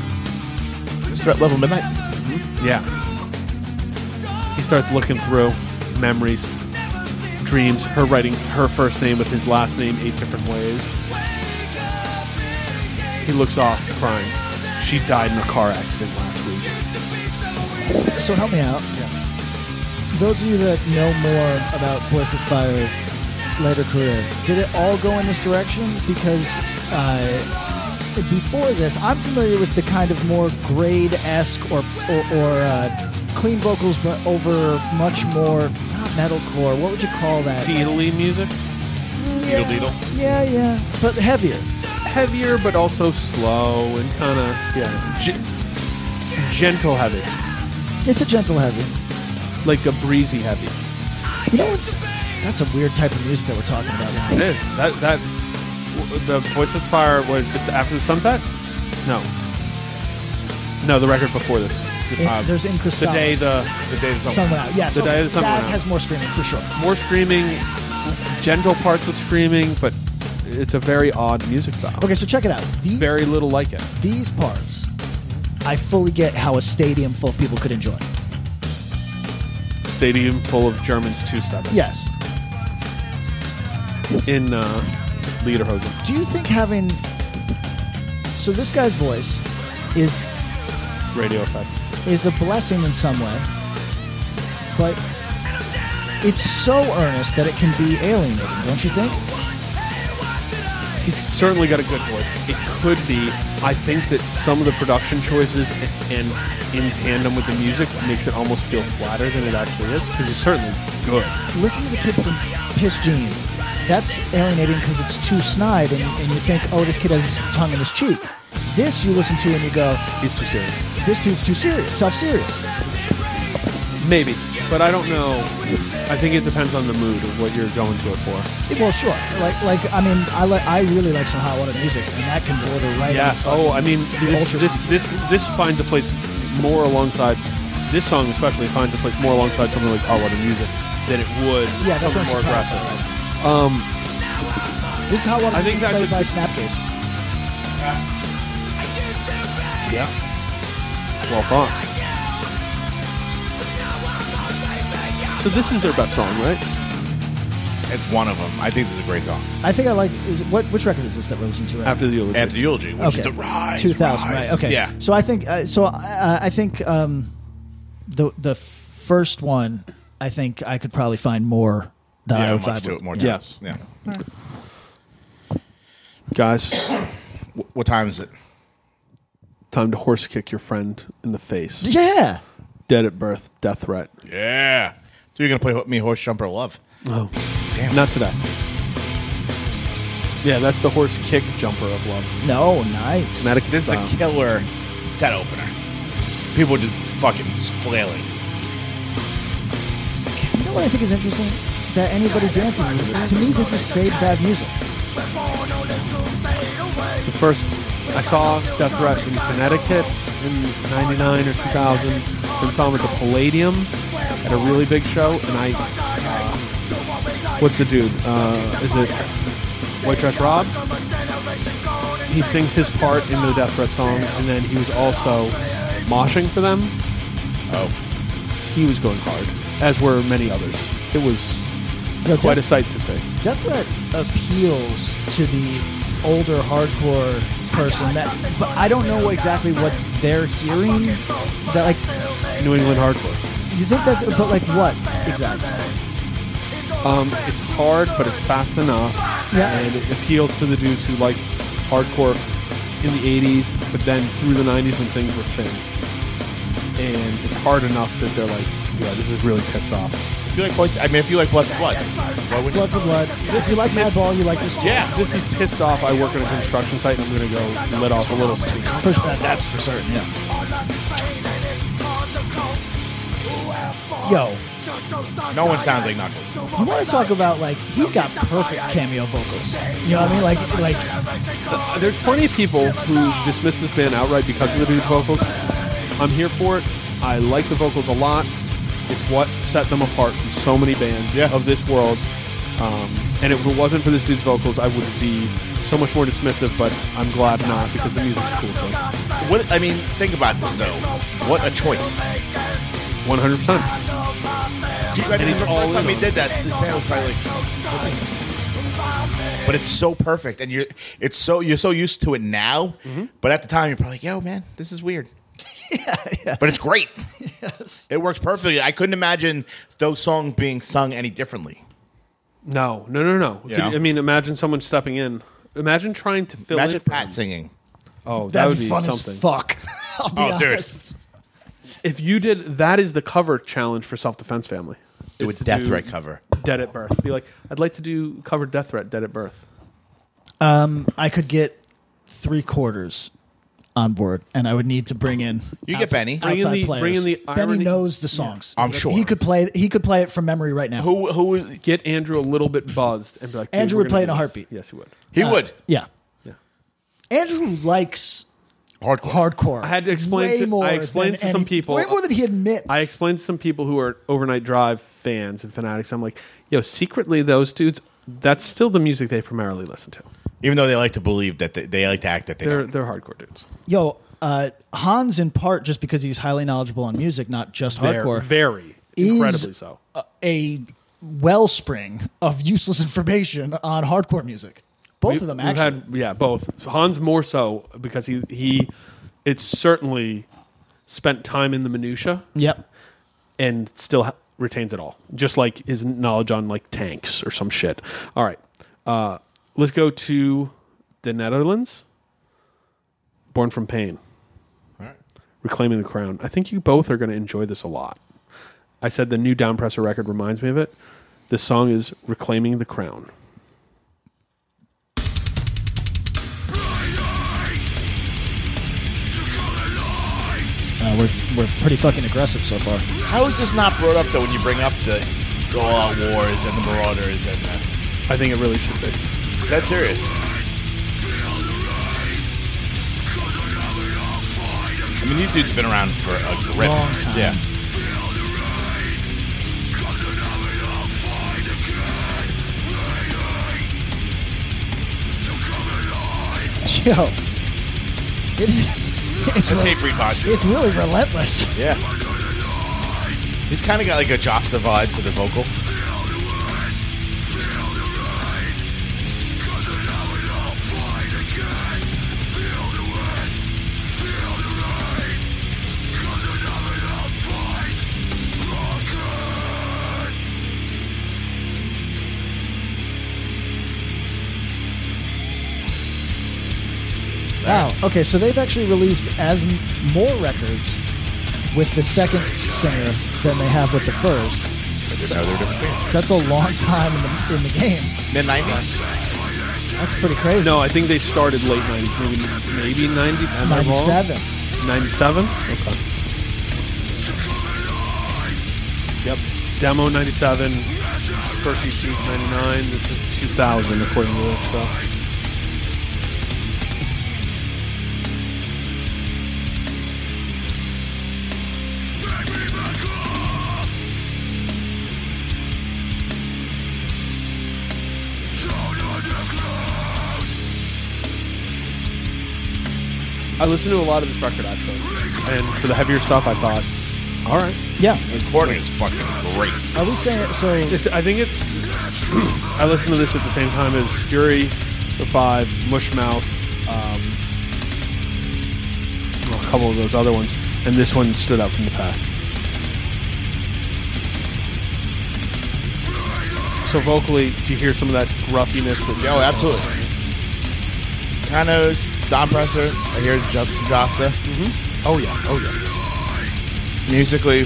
S4: This threat level midnight.
S5: Yeah. He starts looking through memories, dreams, her writing her first name with his last name eight different ways. He looks off crying. She died in a car accident last week.
S3: So help me out. Those of you that know more about Boyce's Fire later career, did it all go in this direction? Because uh, before this, I'm familiar with the kind of more grade esque or or, or uh, clean vocals, but over much more not metalcore. What would you call that?
S5: Deedly music.
S4: Deedle deedle.
S3: yeah, yeah, but heavier.
S5: Heavier, but also slow and kind of, yeah, gen- gentle heavy.
S3: It's a gentle heavy.
S5: Like a breezy heavy.
S3: You know what's? That's a weird type of music that we're talking about.
S5: It is. That that w- the voice that's fire was it's after the sunset? No. No, the record before this.
S3: In-
S4: Uh,
S3: there's in
S5: The day the
S4: The day is
S3: Someone out. Yeah,
S5: The
S3: Someone-
S5: Day of the Sun
S3: that
S5: went out.
S3: has more screaming for sure.
S5: more screaming, gentle parts with screaming, but it's a very odd music style.
S3: Okay, so check it out. These,
S5: Very little like it.
S3: these parts, I fully get how a stadium full of people could enjoy.
S5: Stadium full of Germans two step
S3: Yes.
S5: in uh, Lederhosen.
S3: Do you think having so this guy's voice is
S5: Radio effect.
S3: is a blessing in some way, but it's so earnest that it can be alienating, don't you think?
S5: He's certainly got a good voice. It could be. I think that some of the production choices and, and in tandem with the music makes it almost feel flatter than it actually is because he's certainly good.
S3: Listen to the kid from Piss Jeans. That's alienating because it's too snide, and, and you think, oh, this kid has his tongue in his cheek. This you listen to and you go,
S5: He's too serious.
S3: this dude's too serious, self-serious.
S5: Maybe, but I don't know. I think it depends on the mood of what you're going to it for.
S3: Well, sure. Like, like I mean, I like, I really like some hot water music, and that can order right.
S5: Yeah.
S3: on fucking
S5: Oh, I mean,
S3: the
S5: this
S3: ultra
S5: this this this finds a place more alongside this song, especially finds a place more alongside something like Hot Water Music than it would
S3: yeah, that's
S5: something
S3: what I'm
S5: more
S3: surprised
S5: aggressive.
S3: by. Um, this is hot water.
S5: I think
S3: music
S5: that's
S3: played
S5: a-
S3: by Snapcase.
S5: Yeah. Well thought. So this is their best song, right?
S4: It's one of them. I think it's a great song.
S3: I think I like. Is it, what which record is this that we're listening to? Right
S5: After the eulogy.
S4: After the eulogy, which
S3: okay,
S4: is the rise.
S3: two thousand, right?
S4: rise.
S3: Okay,
S4: Yeah.
S3: So I think uh, so. I, I think um, the the first one, I think I could probably find more that
S4: yeah,
S3: I would
S4: much
S3: vibe
S4: to
S3: with.
S4: it more time.
S5: Yes.
S4: Yeah.
S5: Guys,
S4: Wh- What time is it?
S5: time to horse kick your friend in the face.
S3: Yeah,
S5: Dead at birth, death threat.
S4: Yeah. So you're gonna play ho- me horse jumper love?
S5: Oh, Not today. Yeah, that's the horse kick jumper of love.
S3: no, nice.
S5: Matic
S4: This
S5: style.
S4: is a killer set opener. People are just fucking just flailing.
S3: You know what I think is interesting? That anybody dances to this. To me, this is stage bad music.
S5: The first I saw Death Threat in Connecticut in '99 or 2000, and saw him at the Palladium at a really big show. And I, uh, what's the dude? Uh, is it White Trash Rob? he sings his part in the Death Threat song, and then he was also moshing for them.
S4: Oh,
S5: He was going hard, as were many others. It was quite a sight to see.
S3: Death Threat appeals to the older hardcore person that but I don't know exactly what they're hearing that like
S5: New England hardcore.
S3: you think that's but like what exactly
S5: Um, it's hard, but it's fast enough,
S3: Yeah.
S5: and it appeals to the dudes who liked hardcore in the '80s, but then through the '90s when things were thin, and it's hard enough that they're like, "Yeah, this is really pissed off."
S4: if you like boys, I mean, if you like blood for blood, why would
S3: blood for
S4: you?
S3: blood if you like Madball you like this too.
S4: Yeah,
S5: This is pissed off. I work on a construction site, and I'm going to go let off a little steam.
S3: For- that- that's for certain yeah yo
S4: no one sounds like Knuckles.
S3: you want to talk about like he's got perfect cameo vocals you know what I mean like like
S5: Uh, There's plenty of people who dismiss this band outright because of the dude's vocals. I'm here for it. I like the vocals a lot. It's what set them apart from so many bands
S4: Yeah.
S5: of this world. Um, and if it wasn't for this dude's vocals, I would be so much more dismissive. But I'm glad not because the music's cool. So
S4: What I mean, think about this though. What a choice!
S5: 100. percent
S4: Do you guys remember
S5: it's
S4: the
S5: all
S4: first
S5: in
S4: time he
S5: on
S4: did that? This band was probably like, but it's so perfect, and you're it's so you're so used to it now.
S5: Mm-hmm.
S4: But at the time, you're probably like, "Yo, man, this is weird." But it's great. It works perfectly. I couldn't imagine those songs being sung any differently.
S5: No, no, no, no.
S4: Yeah.
S5: I mean, imagine someone stepping in. Imagine trying to fill
S4: Imagine
S5: in. for
S4: Pat
S5: them.
S4: singing.
S5: Oh, that
S3: that'd
S5: would
S3: be
S5: be
S3: fun
S5: something.
S3: as fuck I'll be
S4: Oh, dude.
S3: honest
S5: If you did, that is the cover challenge for Self Defense Family.
S4: Do a
S5: Is to
S4: death
S5: do
S4: threat cover.
S5: Dead at Birth. Be like, I'd like to do cover Death Threat Dead at Birth.
S3: I could get three quarters on board, and I would need to bring in
S4: You get Benny.
S5: in
S3: outside
S5: the-
S3: players.
S5: bring in the
S3: Benny
S5: irony-
S3: knows the songs.
S4: I'm sure.
S3: he could play. He could play it from memory right now.
S4: Who who
S5: Get Andrew a little bit buzzed and be like, dude,
S3: Andrew
S5: we're
S3: would
S5: gonna
S3: play
S5: do
S3: in a
S5: this.
S3: heartbeat.
S5: Yes, he would.
S4: he would
S3: Yeah,
S5: Uh, Yeah.
S3: Andrew likes
S4: hardcore.
S3: hardcore.
S5: I had to explain
S3: way
S5: to- I
S3: more
S5: explained
S3: than
S5: to some
S3: any-
S5: people-
S3: way more than he admits.
S5: I explained to some people who are overnight drive fans and fanatics. I'm like, yo, secretly those dudes, that's still the music they primarily listen to.
S4: Even though they like to believe that they, they like to act that they
S5: They're
S4: don't.
S5: they're hardcore dudes.
S3: Yo, uh, Hans, in part just because he's highly knowledgeable on music, not just
S5: They're
S3: hardcore,
S5: very
S3: is
S5: incredibly so.
S3: a- a wellspring of useless information on hardcore music. Both
S5: We've-
S3: of them
S5: we've
S3: actually.
S5: had- yeah, both. Hans more so because he he, it's certainly spent time in the minutia
S3: yep.
S5: and still ha- retains it all. Just like his knowledge on like tanks or some shit. All right, uh, let's go to the Netherlands. Born from Pain, reclaiming the crown. I think you both are going to enjoy this a lot. I said the new Downpressor record reminds me of it. This song is reclaiming the crown.
S3: Uh, we're, we're pretty fucking aggressive so far.
S4: How is this not brought up though when you bring up the All Out Wars and the Marauders and uh,
S5: I think it really should be.
S4: that's serious. I mean, these dudes have been around for a grip.
S3: Long time.
S4: Yeah.
S3: Yo, it, it's,
S4: The
S3: re-
S4: tape read vibe.
S3: it's really relentless.
S4: Yeah. He's kind of got like a Jock vibe to the vocal.
S3: Wow. Okay, so they've actually released as m- more records with the second singer than they have with the first.
S4: But there's no other different singer.
S3: That's a long time in the, in the game.
S4: Mid 90s?
S3: That's pretty crazy.
S5: No, I think they started late 90s, maybe, maybe 90, am I wrong?
S3: 97.
S5: 97? Okay. Yep. Demo 97, first E EP 99, this is 2000 according to this, so. I listened to a lot of this record actually, and for the heavier stuff, I thought, all right.
S3: Yeah.
S4: Recording is fucking great.
S3: Are we saying so?
S5: It's, I think it's. I listened to this at the same time as Fury, The Five, Mushmouth, um, well, a couple of those other ones, and this one stood out from the pack. So vocally, do you hear some of that gruffiness? That
S4: Yo, absolutely. Kind of Don Presser. I hear Justin Costa.
S5: Oh yeah, oh yeah.
S4: Musically,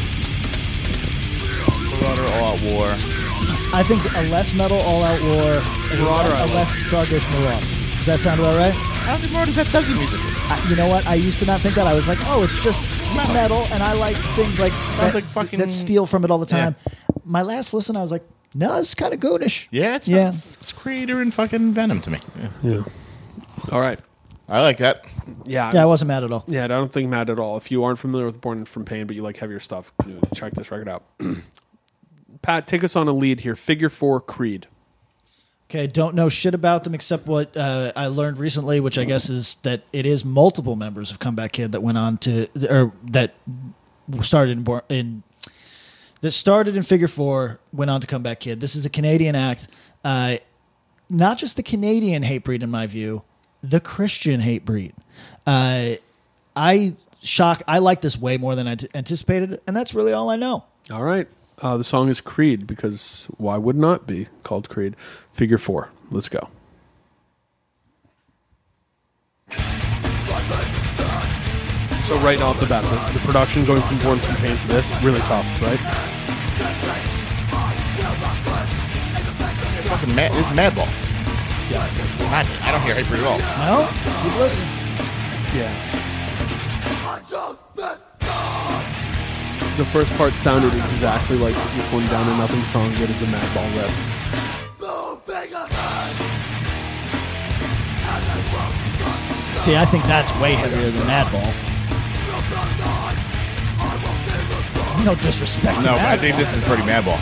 S4: Blood or All Out War.
S3: I think a less metal all-out war, and
S5: Marauder I
S3: a
S5: love.
S3: less thuggish Marauder. Does that sound about right?
S4: How's it more does that Dougie music?
S3: I, you know what? I used to not think that. I was like, oh, it's just metal, and I like things like that,
S4: like fucking-
S3: that steal from it all the time. My last listen, I was like, no, it's kind of goonish.
S4: Yeah, it's
S3: Yeah.
S4: it's Creator and fucking Venom to me. Yeah.
S5: All right.
S4: I like that.
S5: Yeah.
S3: Yeah, I wasn't mad at all.
S5: Yeah, I don't think mad at all. If you aren't familiar with Born from Pain, but you like heavier stuff, you know, check this record out. Pat, take us on a lead here. Figure four, Creed.
S3: Okay, don't know shit about them except what uh, I learned recently, which I guess is that it is multiple members of Comeback Kid that went on to, or that started in, Bor- in that started in Figure Four, went on to Comeback Kid. This is a Canadian act. Uh, not just the Canadian hate breed, in my view, the Christian hate breed. Uh, I shock. I like this way more than I t- anticipated, and that's really all I know.
S5: All right. Uh, the song is Creed because why would not be called Creed? Figure four. Let's go. So right off the bat, the, the production going from Born from Pain to this really tough, right?
S4: Fucking mad, it's Madball. Mad, I don't hear Hyper at all.
S3: No, keep listening.
S5: Yeah. The first part sounded exactly like this one down and nothing song that is a Madball rep.
S3: See, I think that's way heavier than Madball. No disrespect to
S4: No, but I
S3: Madball.
S4: think this is pretty Madball.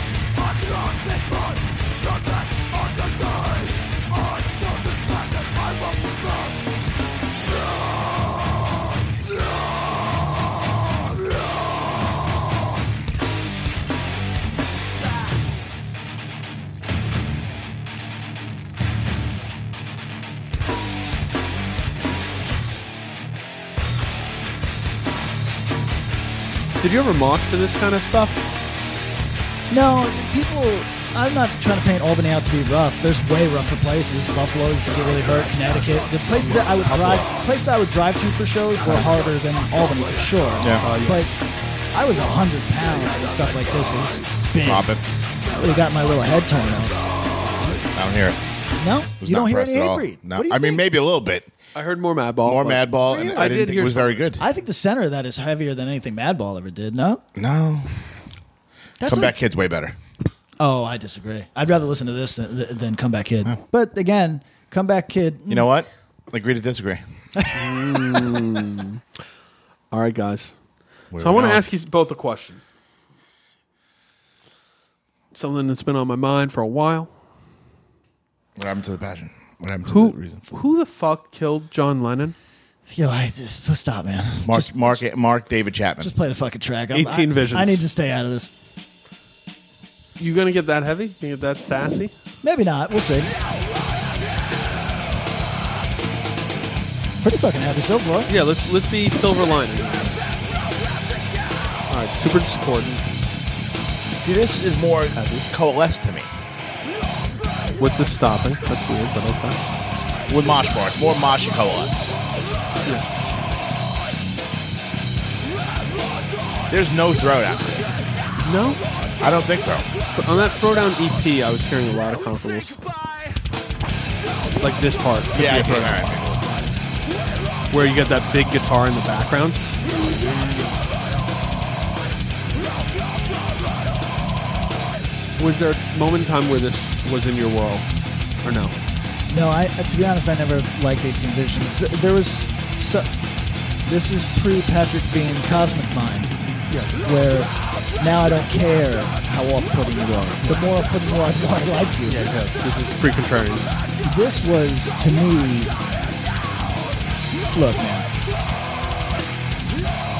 S5: Did you ever mock to this kind of stuff?
S3: No, people. I'm not trying to paint Albany out to be rough. There's way rougher places. Buffalo, you can get really hurt. Connecticut, the places that I would drive, places I would drive to for shows were harder than Albany for sure.
S4: Yeah. Oh, yeah.
S3: But I was hundred pounds and stuff like this was big.
S4: Pop it.
S3: I would have got my little head torn off.
S4: I don't hear it.
S3: No,
S4: Was
S3: you
S4: not
S3: don't hear
S4: impressed
S3: any
S4: at
S3: hate
S4: all.
S3: breed.
S4: No,
S3: What do you
S4: I mean
S3: think?
S4: maybe a little bit
S5: I heard more Madball.
S4: more
S5: but-
S4: Madball, and
S5: Really?
S4: I, didn't
S5: did
S4: think
S5: hear
S4: it was
S5: some-
S4: very good.
S3: I think the center of that is heavier than anything Madball ever did. No,
S4: no,
S3: that's
S4: Comeback
S3: like-
S4: Kid's way better.
S3: Oh, I disagree. I'd rather listen to this than, th- than Comeback Kid. But again, Comeback Kid.
S4: You know what? Agree to disagree.
S5: All right, guys.
S4: Where
S5: So I
S4: we
S5: want to
S4: going?
S5: ask you both a question. Something that's been on my mind for a while.
S4: What happened to the passion? What happened to
S5: Who
S4: the reason for
S5: who the fuck killed John Lennon?
S3: Yo, I just, stop, man.
S4: Mark,
S3: Just,
S4: Mark, Mark, David Chapman.
S3: just play the fucking track. I'm-
S5: 18
S3: I-
S5: Visions.
S3: I need to stay out of this.
S5: You gonna get that heavy? You get that sassy?
S3: Maybe not. We'll see. Pretty fucking happy so far.
S5: Yeah, let's let's be silver lining. All right, super discordant.
S4: See, this is more coalesced to me
S5: What's this stopping? That's weird, but okay.
S4: with mosh bars, more mosh and coalesced. There's no throat after this.
S5: No,
S4: I don't think so.
S5: on that Throwdown EP, I was hearing a lot of comparables. Like this part,
S4: Yeah, I think, all right.
S5: where you get that big guitar in the background. Was there a moment in time where this was in your world, or no?
S3: No, I to be honest, I never liked 18 Visions. There was so this is pre Patrick Bean Cosmic Mind, where now I don't care how off-putting you are. The more off-putting you are, the more I like you.
S5: yes. This is pre-contrarian.
S3: This was to me. Look, man.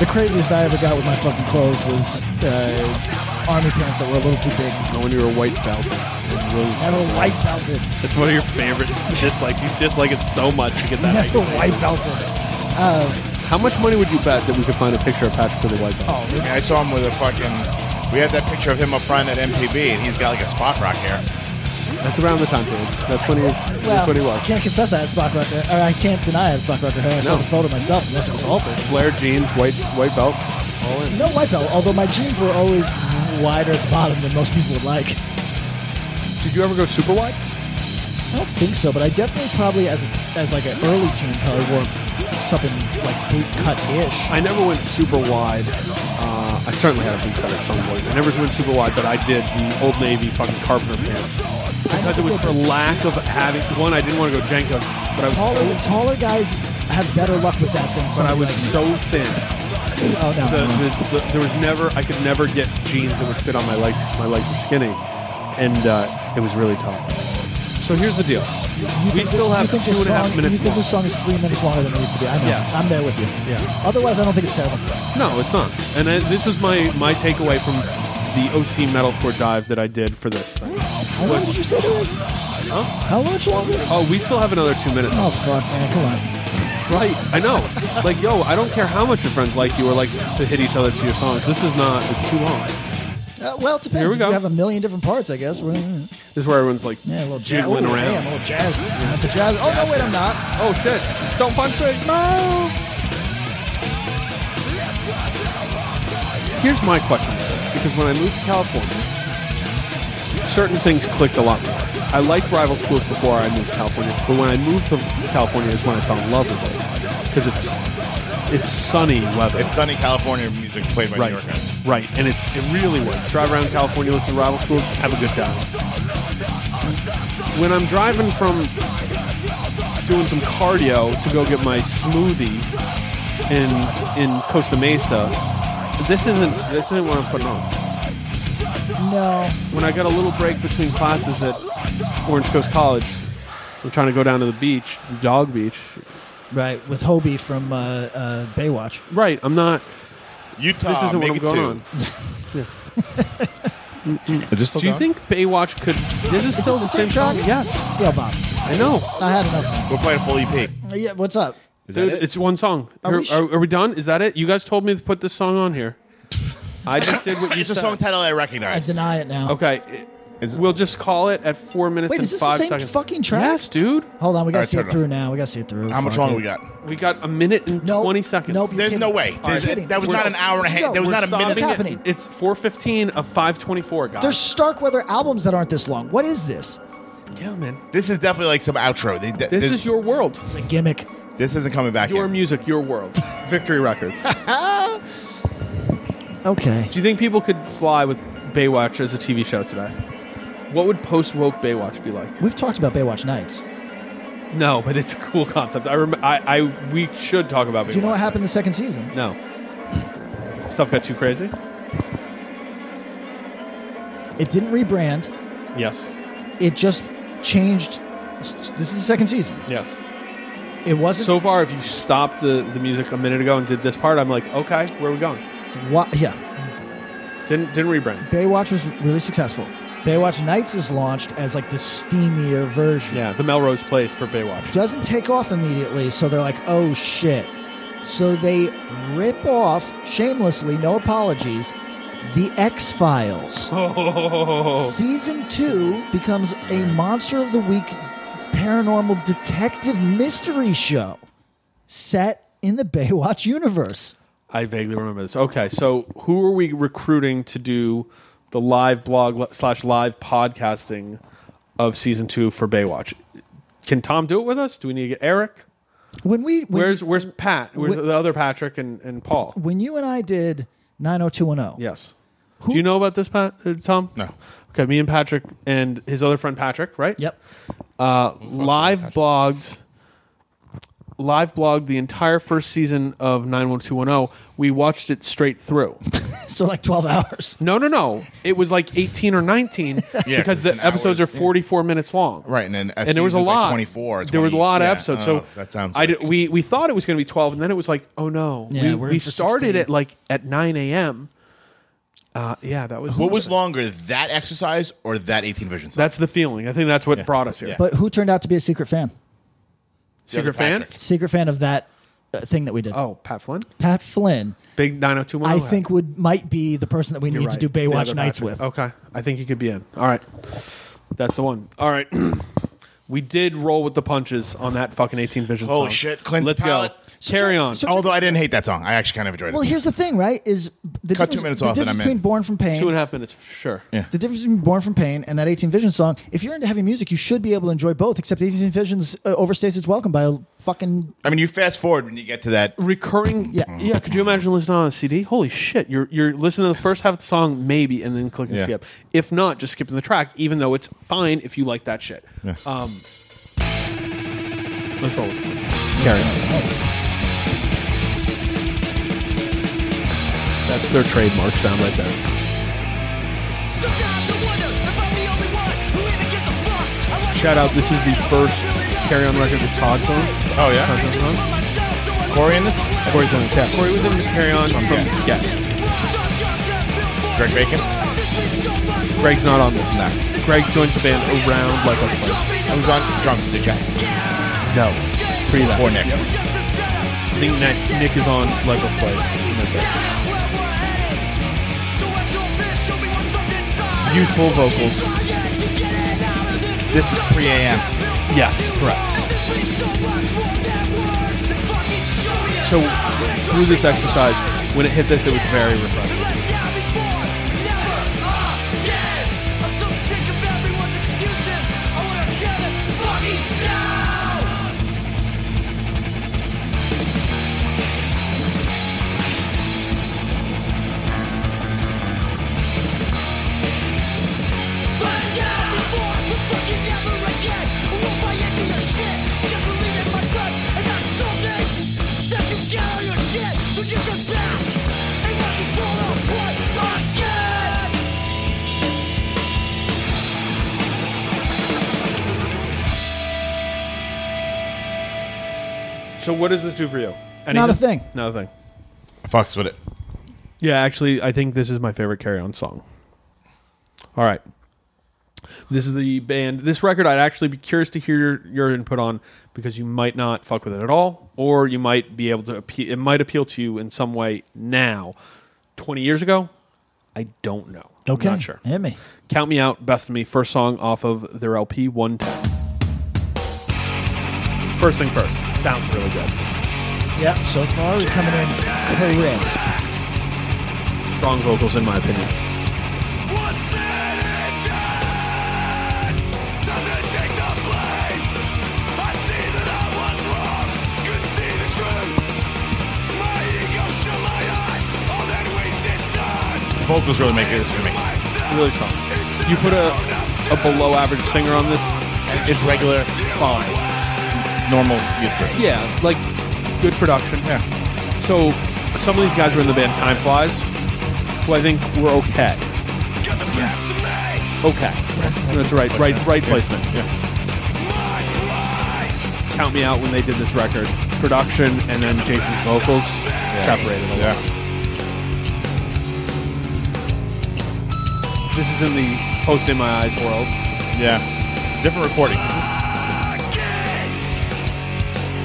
S3: The craziest I ever got with my fucking clothes was uh, army pants that were a little too big.
S6: No, when you were a white belt. and really-
S3: Never white belted.
S6: It's one of your favorite dislikes. You dislike it so much. You get that.
S3: Never
S6: idea.
S3: white belted.
S5: How much money would you bet that we could find a picture of Patrick with a white belt?
S3: Oh,
S4: I saw him with a fucking. We had that picture of him up front at MTV, and he's got like a spot rock hair.
S5: That's around the time period. That's when he was.
S3: well,
S5: that's when he
S3: I
S5: was.
S3: can't confess I had Spock Rocker, or I can't deny I had Spock Rocker hair. I saw
S5: No.
S3: the photo myself, unless it was altered.
S5: Flare jeans, white white belt.
S3: No white belt, although my jeans were always wider at the bottom than most people would like.
S5: Did you ever go super wide?
S3: I don't think so, but I definitely probably as as like an early teen probably wore something like boot cut ish.
S5: I never went super wide. Uh, I certainly had a boot cut at some point. I never went super wide, but I did the Old Navy fucking carpenter pants because it was for lack of having one. I didn't want to go Jenko, but I was,
S3: Taller taller guys have better luck with that than
S5: but I
S3: somebody
S5: was
S3: like
S5: so thin.
S3: me. Oh no, no,
S5: the,
S3: no.
S5: the, the, there was never I could never get jeans that would fit on my legs because my legs were skinny, and uh, it was really tough. So here's the deal: we still
S3: You
S5: have two
S3: think this
S5: and a half
S3: song- You
S5: minutes.
S3: think this
S5: more.
S3: song is three minutes longer than it needs to be? I know.
S5: Yeah.
S3: I'm there with you.
S5: Yeah.
S3: Otherwise, I don't think it's terrible.
S5: No, it's not. And I, this was my my takeaway from the OC metalcore dive that I did for this thing.
S3: How long did you say there was? How much longer?
S5: Oh, we still have another two minutes.
S3: Oh fuck, man! Come on.
S5: Right, I know. Like, yo, I don't care how much your friends like you or like to hit each other to your songs. This is not. It's too long.
S3: Uh, well, it depends.
S5: Here we
S3: If
S5: go.
S3: You have a million different parts, I guess. We're, yeah,
S5: This is where everyone's like,
S3: a little jazz.
S5: jiggling
S3: Ooh,
S5: around.
S3: damn, a little jazz. Not the jazz. Oh no, wait, I'm not.
S5: Oh shit! Don't punch me! No. Here's my question with this, because when I moved to California, certain things clicked a lot more. I liked rival schools before I moved to California, but when I moved to California is when I fell in love with it, because it's it's sunny weather.
S4: It's sunny California music played by
S5: right,
S4: New Yorkers.
S5: right, and it's it really works. Drive around California, listen to rival schools, have a good time. When I'm driving from doing some cardio to go get my smoothie in in Costa Mesa, this isn't this isn't what I'm putting on.
S3: No.
S5: When I got a little break between classes at Orange Coast College, I'm trying to go down to the beach, Dog Beach.
S3: Right, with Hobie from uh, uh, Baywatch.
S5: Right, I'm not.
S4: Utah,
S5: This isn't what
S4: make
S5: I'm
S4: it
S5: going
S4: two.
S5: on.
S4: Is this still
S5: Do you
S4: going?
S5: think Baywatch could? This is, still
S3: this the
S5: the
S3: same
S5: same song.
S3: track?
S5: Yes,
S3: Yo, Bob,
S5: I know.
S3: I had enough.
S4: We're playing a full E EP.
S3: Yeah, what's up?
S4: Is
S5: Dude,
S4: that it?
S5: it's one song. Are,
S3: Are
S5: are,
S3: we sh-
S5: are we done? Is that it? You guys told me to put this song on here. I just did what you
S4: It's a
S5: said.
S4: song title I
S3: I
S4: recognize.
S3: deny it now.
S5: Okay, it-
S4: Is-
S5: we'll just call it at four minutes
S3: Wait,
S5: and
S3: is this the
S5: five
S3: same
S5: seconds.
S3: fucking track?
S5: Yes, dude.
S3: Hold on, we gotta
S4: right,
S3: see
S4: turn
S3: it
S4: it
S3: through
S4: off.
S3: now. We gotta see it through.
S4: How much
S3: Fuck
S4: longer
S3: it.
S4: we got?
S5: We got a minute and
S3: Nope.
S5: twenty seconds.
S3: Nope.
S4: There's
S3: kidding.
S4: no way.
S3: All right.
S4: There's-
S3: Kidding.
S4: that was
S3: We're-
S4: not an hour and a half.
S3: Joe,
S4: That was
S3: we're
S4: not a
S5: Stopping
S3: What's
S4: minute.
S5: it.
S3: happening?
S5: It's four fifteen of five twenty four, guys.
S3: There's Starkweather albums that aren't this long. What is this?
S5: yeah, man.
S4: This is definitely like some outro. They- th-
S5: This is your world,
S3: It's a gimmick.
S4: This isn't coming back.
S5: your
S4: in.
S5: music, your world. Victory Records.
S4: Ah.
S3: Okay.
S5: Do you think people could fly with Baywatch as a TV show today? What would post woke Baywatch be like?
S3: We've talked about Baywatch Nights.
S5: No, but it's a cool concept. I remember. I, I we should talk about.
S3: Do you know what
S5: Baywatch.
S3: happened the second season?
S5: No. Stuff got too crazy.
S3: It didn't rebrand.
S5: Yes.
S3: It just changed. This is the second season.
S5: Yes.
S3: It wasn't.
S5: So far, if you stopped the, the music a minute ago and did this part, I'm like, okay, where are we going?
S3: wha- yeah.
S5: Didn't didn't rebrand.
S3: Baywatch was really successful. Baywatch Nights is launched as like the steamier version.
S5: Yeah, the Melrose Place for Baywatch.
S3: doesn't take off immediately, so they're like, oh shit. So they rip off, shamelessly, no apologies, The X Files.
S5: Oh,
S3: Season two becomes a Monster of the Week paranormal detective mystery show set in the Baywatch universe.
S5: I vaguely remember this. Okay, so who are we recruiting to do the live blog li- slash live podcasting of season two for Baywatch? Can Tom do it with us? Do we need to get Eric?
S3: When we when,
S5: Where's Where's Pat? Where's
S3: Wh-
S5: the other Patrick and, and Paul?
S3: when you and I did 90210,
S5: Yes. Do you know about this, Pat? uh, Tom?
S4: No.
S5: Okay, me and Patrick and his other friend Patrick, right?
S3: Yep.
S5: Uh, live blogged live blogged the entire first season of 91210. oh. We watched it straight through.
S3: So like twelve hours.
S5: No, no, no. It was like 18 or 19
S4: Yeah,
S5: because
S4: 'cause
S5: the
S4: an hour
S5: episodes
S4: is-
S5: are 44 minutes long.
S4: Right, and then a
S5: and there was a
S4: season's like
S5: lot.
S4: 24 or
S5: there was a
S4: 20.
S5: lot
S4: Yeah,
S5: of episodes.
S4: I
S5: So
S4: don't know. that sounds.
S5: I
S4: like,
S5: d- we we thought it was going to be 12, and then it was like, oh no.
S3: Yeah,
S5: we
S3: we're in
S5: we
S3: for
S5: started
S3: 16.
S5: it like at 9 a.m. Uh, yeah, that was
S4: what was longer, that exercise or that 18 Vision? Song?
S5: That's the feeling. I think that's what brought us here.
S4: Yeah.
S3: But who turned out to be a secret fan?
S4: The other
S5: Secret fan?
S4: Patrick.
S3: Secret fan of that uh, thing that we did.
S5: Oh, Pat Flynn,
S3: Pat Flynn,
S5: big 90210.
S3: I think would might be the person that we need
S5: Right.
S3: to do
S5: The
S3: Baywatch
S5: other
S3: nights
S5: Patrick.
S3: with.
S5: Okay, I think he could be in. All right, that's the one. All right, we did roll with the punches on that fucking 18 Vision.
S4: Holy
S5: song.
S4: shit, Clint's
S5: Let's
S4: palate.
S5: go. Carry on.
S3: so-
S4: Although I didn't hate that song, I actually kind of enjoyed it.
S3: Well, here's the thing, right? Is the
S4: Cut
S3: difference-
S4: two minutes
S3: the
S4: off and
S3: difference
S4: I'm in.
S3: between Born from Pain
S5: Two and a half minutes, sure.
S4: Yeah.
S3: The difference between Born from Pain and that 18 Vision song, if you're into heavy music, you should be able to enjoy both, except 18 Visions uh, overstays its welcome by a fucking.
S4: I mean, you fast forward when you get to that.
S5: Recurring,
S3: Yeah.
S5: yeah. Could you imagine listening on a CD? Holy shit! You're you're listening to the first half of the song, maybe, and then click and
S4: Yeah.
S5: skip. If not, just skipping the track, even though it's fine if you like that shit. Um, let's roll. With the punches. That's their trademark sound right there. Shout out, this is the first Carry On record with Todd's on.
S4: Oh yeah, Corey in this?
S5: Corey's on the tap. Corey was in Carry On from yeah.
S4: Greg Bacon.
S5: Greg's not on this.
S4: No.
S5: Greg joins the band around like us.
S4: I was on drums. Did you?
S5: No. Pretty
S4: Or Nick?
S5: I think Nick, Nick is on like us play.
S4: Youthful vocals. This is pre AM.
S5: Yes, correct. So through this exercise, when it hit this, it was very refreshing.
S2: Just a back, it wasn't for the boy again.
S5: So what does this do for you?
S3: Not a thing.
S5: Not a thing.
S4: I fucks with it.
S5: Yeah, actually, I think this is my favorite Carry On song. All right. This is the band. This record, I'd actually be curious to hear your, your input on because you might not fuck with it at all, or you might be able to. Appe- it might appeal to you in some way now. Twenty years ago, I don't know. I'm
S3: Okay.
S5: not sure.
S3: Hit me.
S5: Count me out, best of me. First song off of their LP, One Ten. First thing first, sounds really good.
S3: Yeah, so far we're coming in crisp.
S5: Strong vocals, in my opinion.
S4: Vocals really make this for me.
S5: really strong. You put a, a below average singer on this,
S4: It's regular,
S5: fine.
S4: normal youth group.
S5: Yeah, like good production.
S4: Yeah.
S5: So some of these guys were in the band Time Flies, who I think were okay. Okay, that's right, right, right placement.
S4: Yeah.
S5: Count me out when they did this record. Production and then Jason's vocals separated. A lot.
S4: Yeah.
S5: This is in the post in my eyes world.
S4: Yeah. Different recording.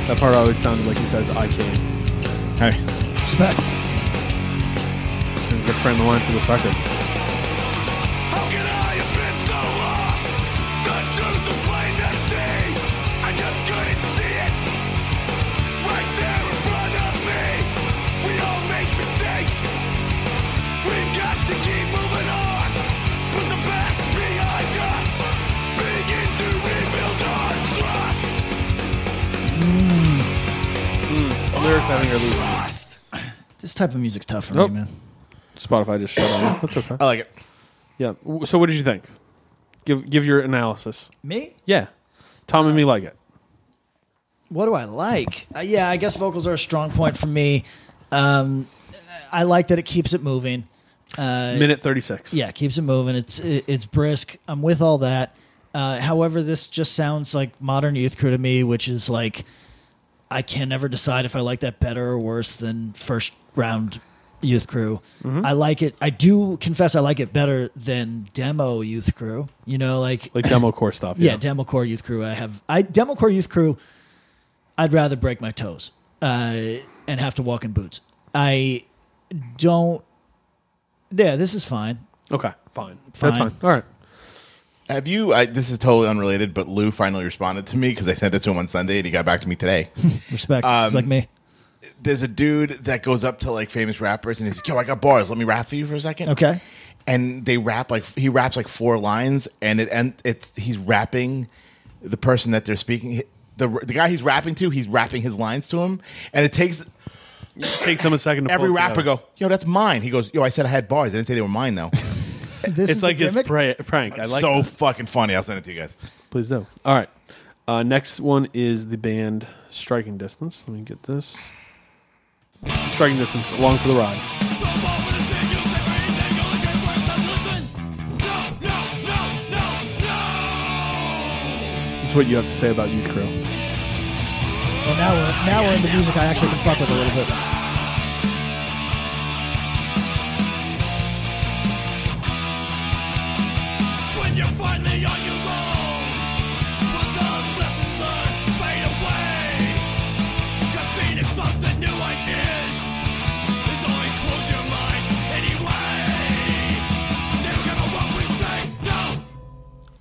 S5: That part always sounded like he says I can.
S4: Hey.
S3: Respect.
S5: This is a good friend of mine for this record. Lyrics I think are losing. me.
S3: This type of music's tough for
S5: Nope.
S3: me, man.
S5: Spotify just shut on. That's okay.
S4: I like it.
S5: Yeah. W- So what did you think? Give give your analysis.
S3: Me? Uh,
S5: Yeah. Tom and me like it.
S3: what do I like? Uh, yeah, I guess vocals are a strong point for me. Um, I like that it keeps it moving.
S5: Minute 36.
S3: Yeah, it keeps it moving. It's it, it's brisk. I'm with all that. Uh, however, this just sounds like modern youth crew to me, which is like I can never decide if I like that better or worse than first round youth crew. I like it. I do confess I like it better than demo youth crew. You know, like
S5: Like demo core stuff.
S3: yeah, demo core youth crew. I have I demo core youth crew. I'd rather break my toes uh, and have to walk in boots. I don't. Yeah, this is fine.
S5: Okay. Fine.
S3: Fine.
S5: That's fine. All right.
S4: Have you? I, this is totally unrelated, but Lou finally responded to me because I sent it to him on Sunday and he got back to me today.
S3: Respect.
S4: Um,
S3: it's like me.
S4: There's a dude that goes up to like famous rappers and he's like, "Yo, I got bars. Let me rap for you for a second.
S3: Okay.
S4: And they rap like he raps like four lines, and it and it's he's rapping the person that they're speaking. The the guy he's rapping to, he's rapping his lines to him, and it takes
S5: Takes them a second to
S4: every
S5: pull it
S4: rapper
S5: together.
S4: go, "Yo, that's mine." He goes, "Yo, I said I had bars. I didn't say they were mine though."
S3: This
S5: It's like his
S3: gimmick?
S5: pra- prank. I like
S4: so fucking funny. I'll send it to you guys.
S5: Please do. All right. Uh, next one is the band Striking Distance. Let me get this. Striking Distance, Along for the Ride. This is what you have to say about Youth Crew.
S3: Well, now we're now we're into music I actually can fuck with a little bit.
S2: No!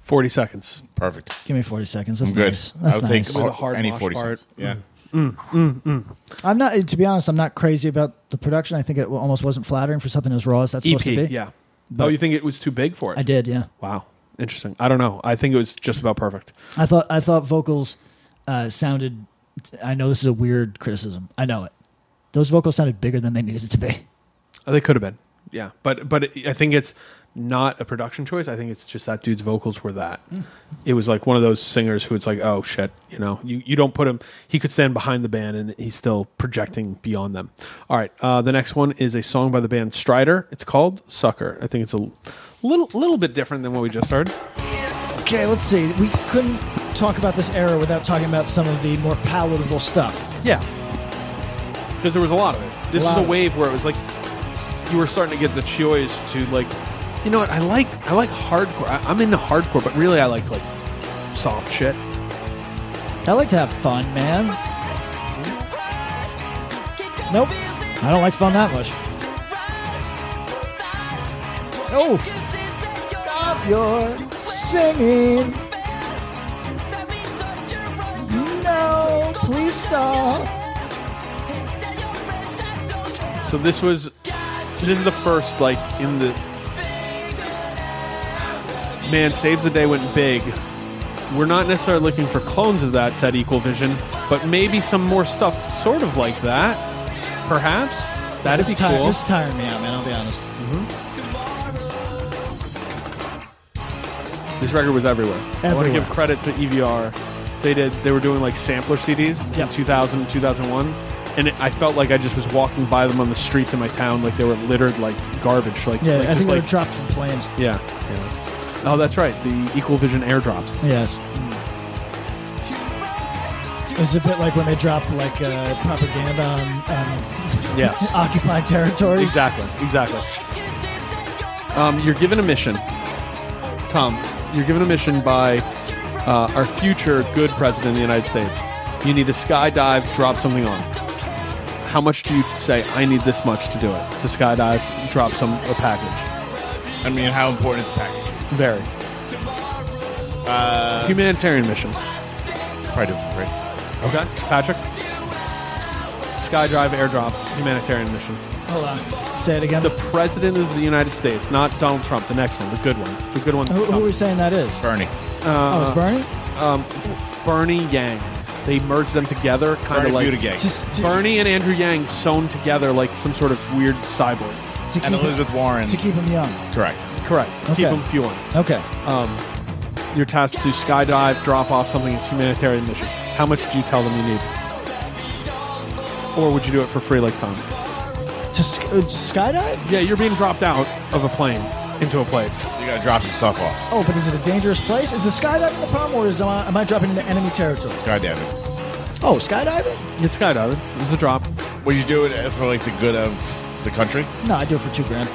S5: 40 seconds.
S4: Perfect.
S3: Give me forty seconds. That's
S4: I'm good.
S3: nice. That's
S4: I'll
S3: nice.
S4: take
S5: With a
S4: all-
S5: hard
S4: any
S5: mosh
S4: forty
S5: part. Mm.
S4: cents. Yeah.
S3: I'm not. To be honest, I'm not crazy about the production. I think it almost wasn't flattering for something as raw as that's
S5: EP,
S3: supposed to be.
S5: yeah. oh,
S3: But-
S5: you think it was too big for it?
S3: I did. Yeah.
S5: Wow. Interesting. I don't know. I think it was just about perfect.
S3: I thought I thought vocals uh, sounded. I know this is a weird criticism. I know it. Those vocals sounded bigger than they needed to be.
S5: Oh, they could have been. Yeah, but but I think it's not a production choice. I think it's just that dude's vocals were that. It was like one of those singers who it's like, oh shit, you know, you, you don't put him. He could stand behind the band and he's still projecting beyond them. All right, uh, the next one is a song by the band Strider. It's called Sucker. I think it's a little little bit different than what we just heard.
S3: Okay, let's see. We couldn't talk about this era without talking about some of the more palatable stuff.
S5: Yeah, because there was a lot of it. This
S3: A lot
S5: was
S3: of
S5: a
S3: it.
S5: wave where it was like you were starting to get the choice to like, you know what? I like I like hardcore. I, I'm into hardcore, but really I like like soft shit.
S3: I like to have fun, man. Nope, I don't like fun that much. Oh. Stop your singing. No, please stop.
S5: So this was this is the first like in the man saves the day went big. We're not necessarily looking for clones of that said Equal Vision, but maybe some more stuff sort of like that, perhaps. That'd
S3: This
S5: be
S3: is, tire-
S5: cool.
S3: this is tiring me out, man. I'll be honest.
S5: This record was everywhere. I want to
S3: Everywhere.
S5: give credit to EVR. They did. They were doing like sampler CDs
S3: Yep.
S5: in 2000, 2001, and it, I felt like I just was walking by them on the streets in my town, like they were littered like garbage. Like
S3: Yeah,
S5: like,
S3: I
S5: just
S3: think
S5: like
S3: they were dropped from planes.
S5: yeah, yeah. Oh, that's right. The Equal Vision airdrops.
S3: Yes. It was a bit like when they dropped like uh, propaganda on, on
S5: Yes.
S3: occupied territories.
S5: Exactly. Exactly. Um, you're given a mission, Tom. You're given a mission by uh, our future good president of the United States. You need to skydive, drop something on. How much do you say? I need this much to do it. To skydive, drop some a package.
S4: I mean, how important is the package?
S5: Very. Humanitarian mission.
S4: Probably do it for free.
S5: Okay, Patrick. Skydive, airdrop, humanitarian mission.
S3: Hold on. Say it again.
S5: The president of the United States, not Donald Trump. The next one, the good one, the good one.
S3: who, who are we saying that is?
S4: Bernie.
S3: oh, it's Bernie.
S5: Bernie Yang. They merged them together, kind
S4: Bernie
S5: of like
S4: Buttigieg.
S3: Just to,
S5: Bernie and Andrew Yang sewn together like some sort of weird cyborg.
S3: to keep
S4: and Elizabeth Warren.
S3: him, to keep him young.
S4: Correct.
S5: Correct. Keep
S3: Okay.
S5: them fueling.
S3: Okay.
S5: You're tasked to skydive, drop off something. It's humanitarian mission. How much did you tell them you need? Or would you do it for free like Tom?
S3: To sk- uh, skydive?
S5: Yeah, you're being dropped out of a plane into a place.
S7: You gotta drop some stuff off.
S3: Oh, but is it a dangerous place? Is the skydiving the problem, or is am I, am I dropping into enemy territory?
S7: God damn it.
S3: Oh, skydiving?
S5: It's skydiving. It's a drop.
S7: Would you do it for like the good of the country?
S3: No, I do it for two grand.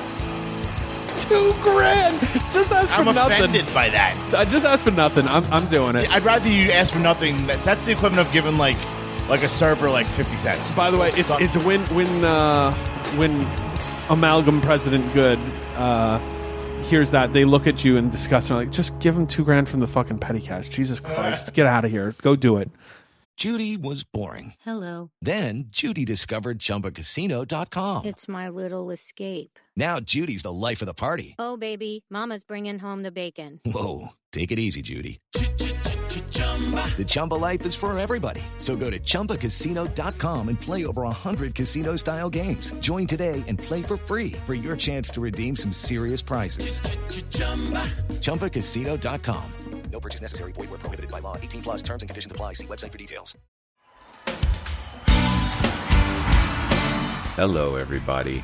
S5: Two grand. Just ask for
S7: I'm
S5: nothing.
S7: offended by that.
S5: I just asked for nothing. I'm, I'm doing it.
S7: I'd rather you ask for nothing. That, that's the equivalent of giving like like a server like fifty cents.
S5: By the way, it's
S7: Suck.
S5: it's when when uh, when amalgam president good uh, hears that they look at you in disgust and are like just give him two grand from the fucking petty cash. Jesus Christ, get out of here. Go do it.
S8: Judy was boring.
S9: Hello,
S8: Then Judy discovered ChumbaCasino.com.
S9: it's my little escape.
S8: Now Judy's the life of the party.
S9: Oh, baby, Mama's bringing home the bacon.
S8: Whoa, take it easy, Judy. The Chumba life is for everybody. So go to ChumbaCasino.com and play over 100 casino style games. Join today and play for free for your chance to redeem some serious prizes. ChumbaCasino.com. No purchase necessary. Void where prohibited by law. 18 plus terms and conditions apply. See website for details.
S4: Hello, everybody.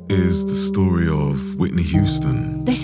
S2: is the story of Whitney Houston,
S10: This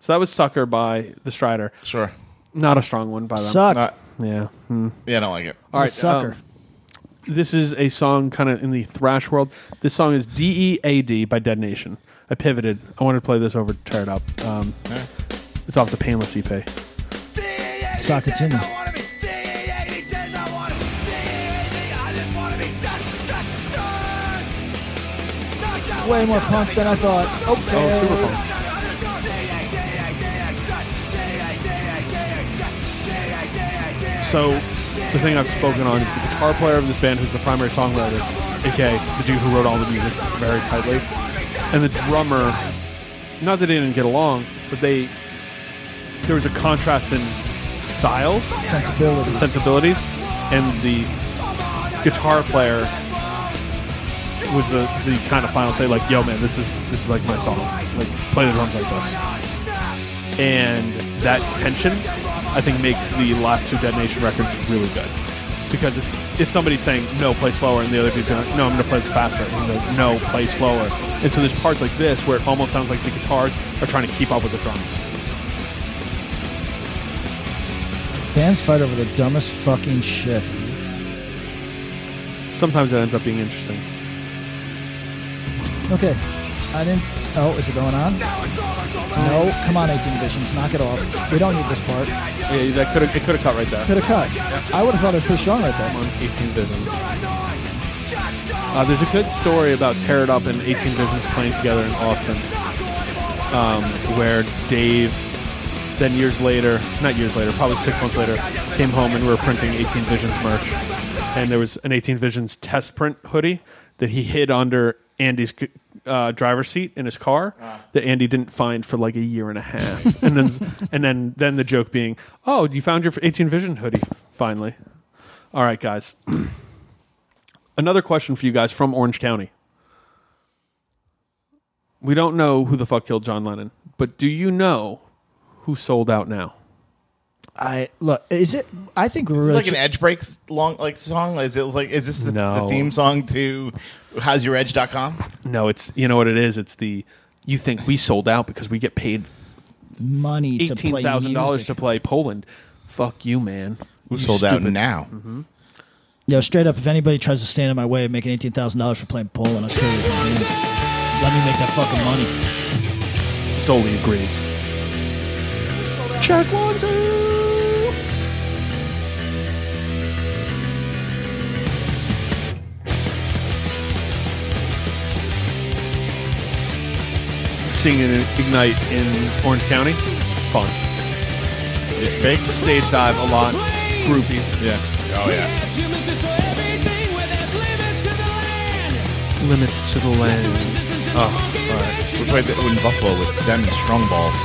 S5: So that was Sucker by The Strider.
S7: sure.
S5: Not a strong one by them.
S3: Sucked.
S7: Not,
S5: Yeah.
S7: yeah, I don't like it.
S5: All right.
S3: sucker.
S5: um, this is a song kind of in the thrash world. This song is D E A D by Dead Nation. I pivoted. I wanted to play this over to tear it up. Um, It's off the Painless E EP.
S3: Soccer Junior. Way more punk than I thought. Okay.
S5: Oh, super fun. So, the thing I've spoken on is the guitar player of this band, who's the primary songwriter, aka the dude who wrote all the music very tightly, and the drummer. Not that they didn't get along, but they there was a contrast in styles,
S3: Sensibilities.
S5: sensibilities, and the guitar player was the, the kind of final say like, "Yo, man, this is this is like my song. Like, play the drums like this." and that tension I think makes the last two Detonation records really good because it's it's somebody saying no play slower and the other dude's going no I'm gonna play this faster and the, no play slower and so there's parts like this where it almost sounds like the guitars are trying to keep up with the drums
S3: Bands fight over the dumbest fucking shit.
S5: sometimes that ends up being interesting
S3: Okay. I didn't. Oh, is it going on? No. Come on, 18 Visions. Knock it off. We don't need this part.
S5: yeah that could it could have cut right there
S3: Could have cut. I would have thought it was pretty strong right there.
S5: on 18 Visions uh, there's a good story about Tear It Up and 18 Visions playing together in Austin um, where Dave Then years later, not years later, probably six months later, came home and we were printing 18 Visions merch, and there was an 18 Visions test print hoodie that he hid under Andy's uh, driver's seat in his car that Andy didn't find for like a year and a half, and then and then then the joke being, oh, you found your 18 Vision hoodie finally. All right, guys. Another question for you guys from Orange County. We don't know who the fuck killed John Lennon, but do you know who sold out now?
S3: I look. Is it? I think we're really
S4: like an edge break s- long like song. Is it like is this the,
S5: No.
S4: the theme song to How's Your Edge.com?
S5: No, it's you know what it is. It's the you think we sold out because we get paid
S3: money to play
S5: eighteen thousand dollars
S3: music.
S5: to play Poland. Fuck you, man.
S4: We
S5: You
S4: sold out
S5: stupid-
S4: now.
S5: Mhm.
S3: Yo, straight up, if anybody tries to stand in my way of making eighteen thousand dollars for playing Poland, I'll show you what it means. Let me make that fucking money.
S5: Solely agrees. Check one two. Seeing an ignite in Orange County, fun. Big stage dive a lot. Groupies, yeah.
S4: Oh yeah.
S5: Limits to the land.
S4: all right. We played that in Buffalo with them and Strong Balls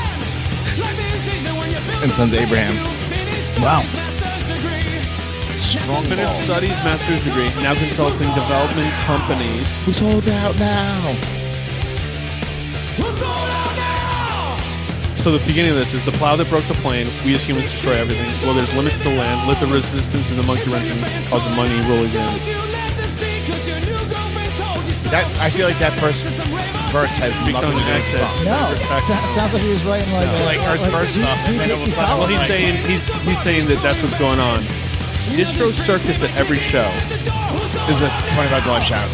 S4: and Sons of Abraham.
S3: Wow.
S4: Strong
S5: Finished
S4: Balls.
S5: studies, master's degree, now consulting development companies.
S4: Who's sold out now?
S5: So the beginning of this is the plow that broke the plane. We as humans destroy everything. Well, there's limits to land. Let the resistance and the monkey wrenching cause the money rolling in.
S4: That I feel like that first verse has nothing to do with the song.
S3: No, it so- sounds like he was writing like
S4: No. Like Earth First stuff, and then it was like-
S5: Well, he's saying he's he's saying that that's what's going on. Distro circus at every show
S4: is a twenty-five dollar shout.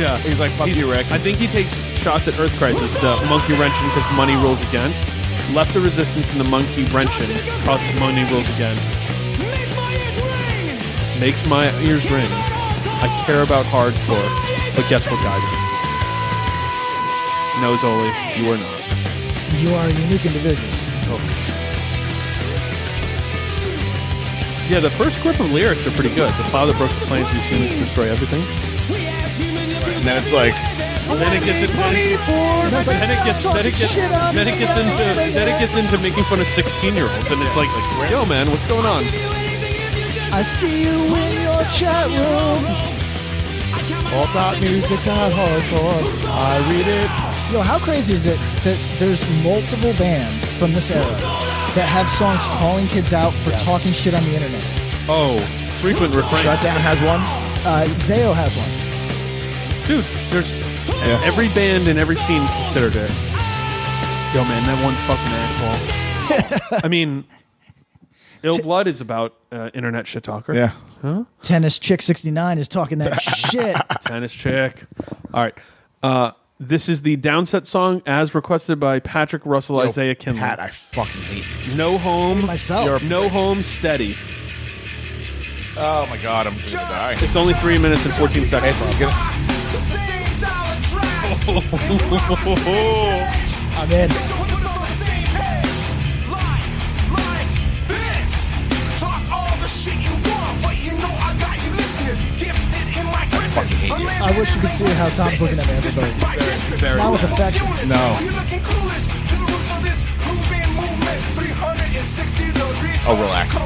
S5: Yeah,
S4: he's like, "Fuck you, Rick."
S5: I think he takes shots at Earth Crisis, the monkey wrenching because money rules against. Left the resistance and the monkey wrenching causes money rules again. Makes my ears ring. I care about hardcore, but guess what, guys? No, Zoli, you are not.
S3: you are a unique individual.
S5: Yeah, the first grip of lyrics are pretty good. The plow that broke the plains, we humans destroy everything.
S4: And then it's like,
S5: And then it gets money
S4: for.
S5: Then it gets then it gets then it gets into then it gets into making fun of sixteen year olds, and it's like, like, yo, man, what's going on?
S3: I see you in your chat room.
S4: All that music, not hardcore. I read it.
S3: Yo, how crazy is it that there's multiple bands from this era that have songs calling kids out for talking shit on the internet?
S5: Oh, frequent refrain.
S4: Shutdown has one.
S3: Uh, Zayo has one.
S5: Dude, there's
S4: Yeah.
S5: every band in every scene considered it. Yo, man, that one fucking asshole. I mean, Ill Blood is about uh, internet shit talker.
S4: Yeah.
S3: Tennis Chick 69 is talking that shit.
S5: Tennis chick. All right. Uh, this is the downset song as requested by Patrick Russell,
S4: Yo,
S5: Isaiah Kinley.
S4: Pat, I fucking hate you.
S5: no home.
S3: Myself.
S4: You're-
S5: No home steady.
S4: Oh my god, I'm gonna die.
S5: It's only three minutes and 14 seconds.
S4: It's gonna.
S3: I'm in. I wish you could see how Tom's looking at me, everybody.
S5: very
S3: Not with affection.
S4: No.
S2: Oh, relax.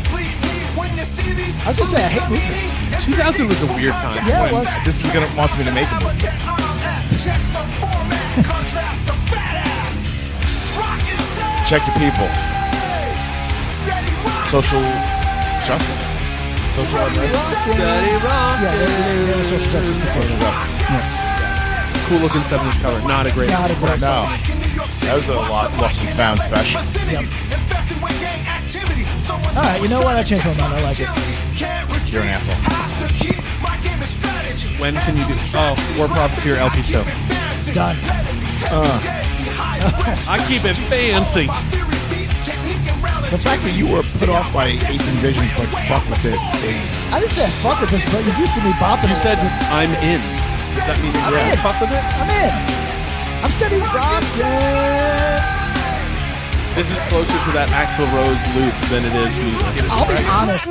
S3: I was gonna say, I hate movements.
S5: 2000 was a weird time.
S3: Yeah, it
S4: When-
S3: was.
S4: This is gonna wants me to make a movie. Check your people. Social justice. Social unrest.
S3: Yeah, they, they were really social justice before.
S5: Cool looking 7 inch cover. Not a great.
S3: Not a great
S4: No. That was a lot lost and found special.
S3: All right, you know what? I changed my mind. I like it.
S4: You're an asshole.
S5: When can you do? Oh, War Profiteer LP2.
S3: Done.
S5: Uh, I keep it fancy.
S4: The fact that you were put off by 18 Visions, like fuck with this is
S3: I didn't say I fuck with this, but you do see me bopping.
S5: You
S3: it.
S5: said I'm in. Does that mean you're
S3: I'm
S5: gonna
S3: in.
S5: fuck with it?
S3: I'm in. I'm steady rocking.
S5: this is closer to that Axl Rose loop than it is music.
S3: I'll be honest.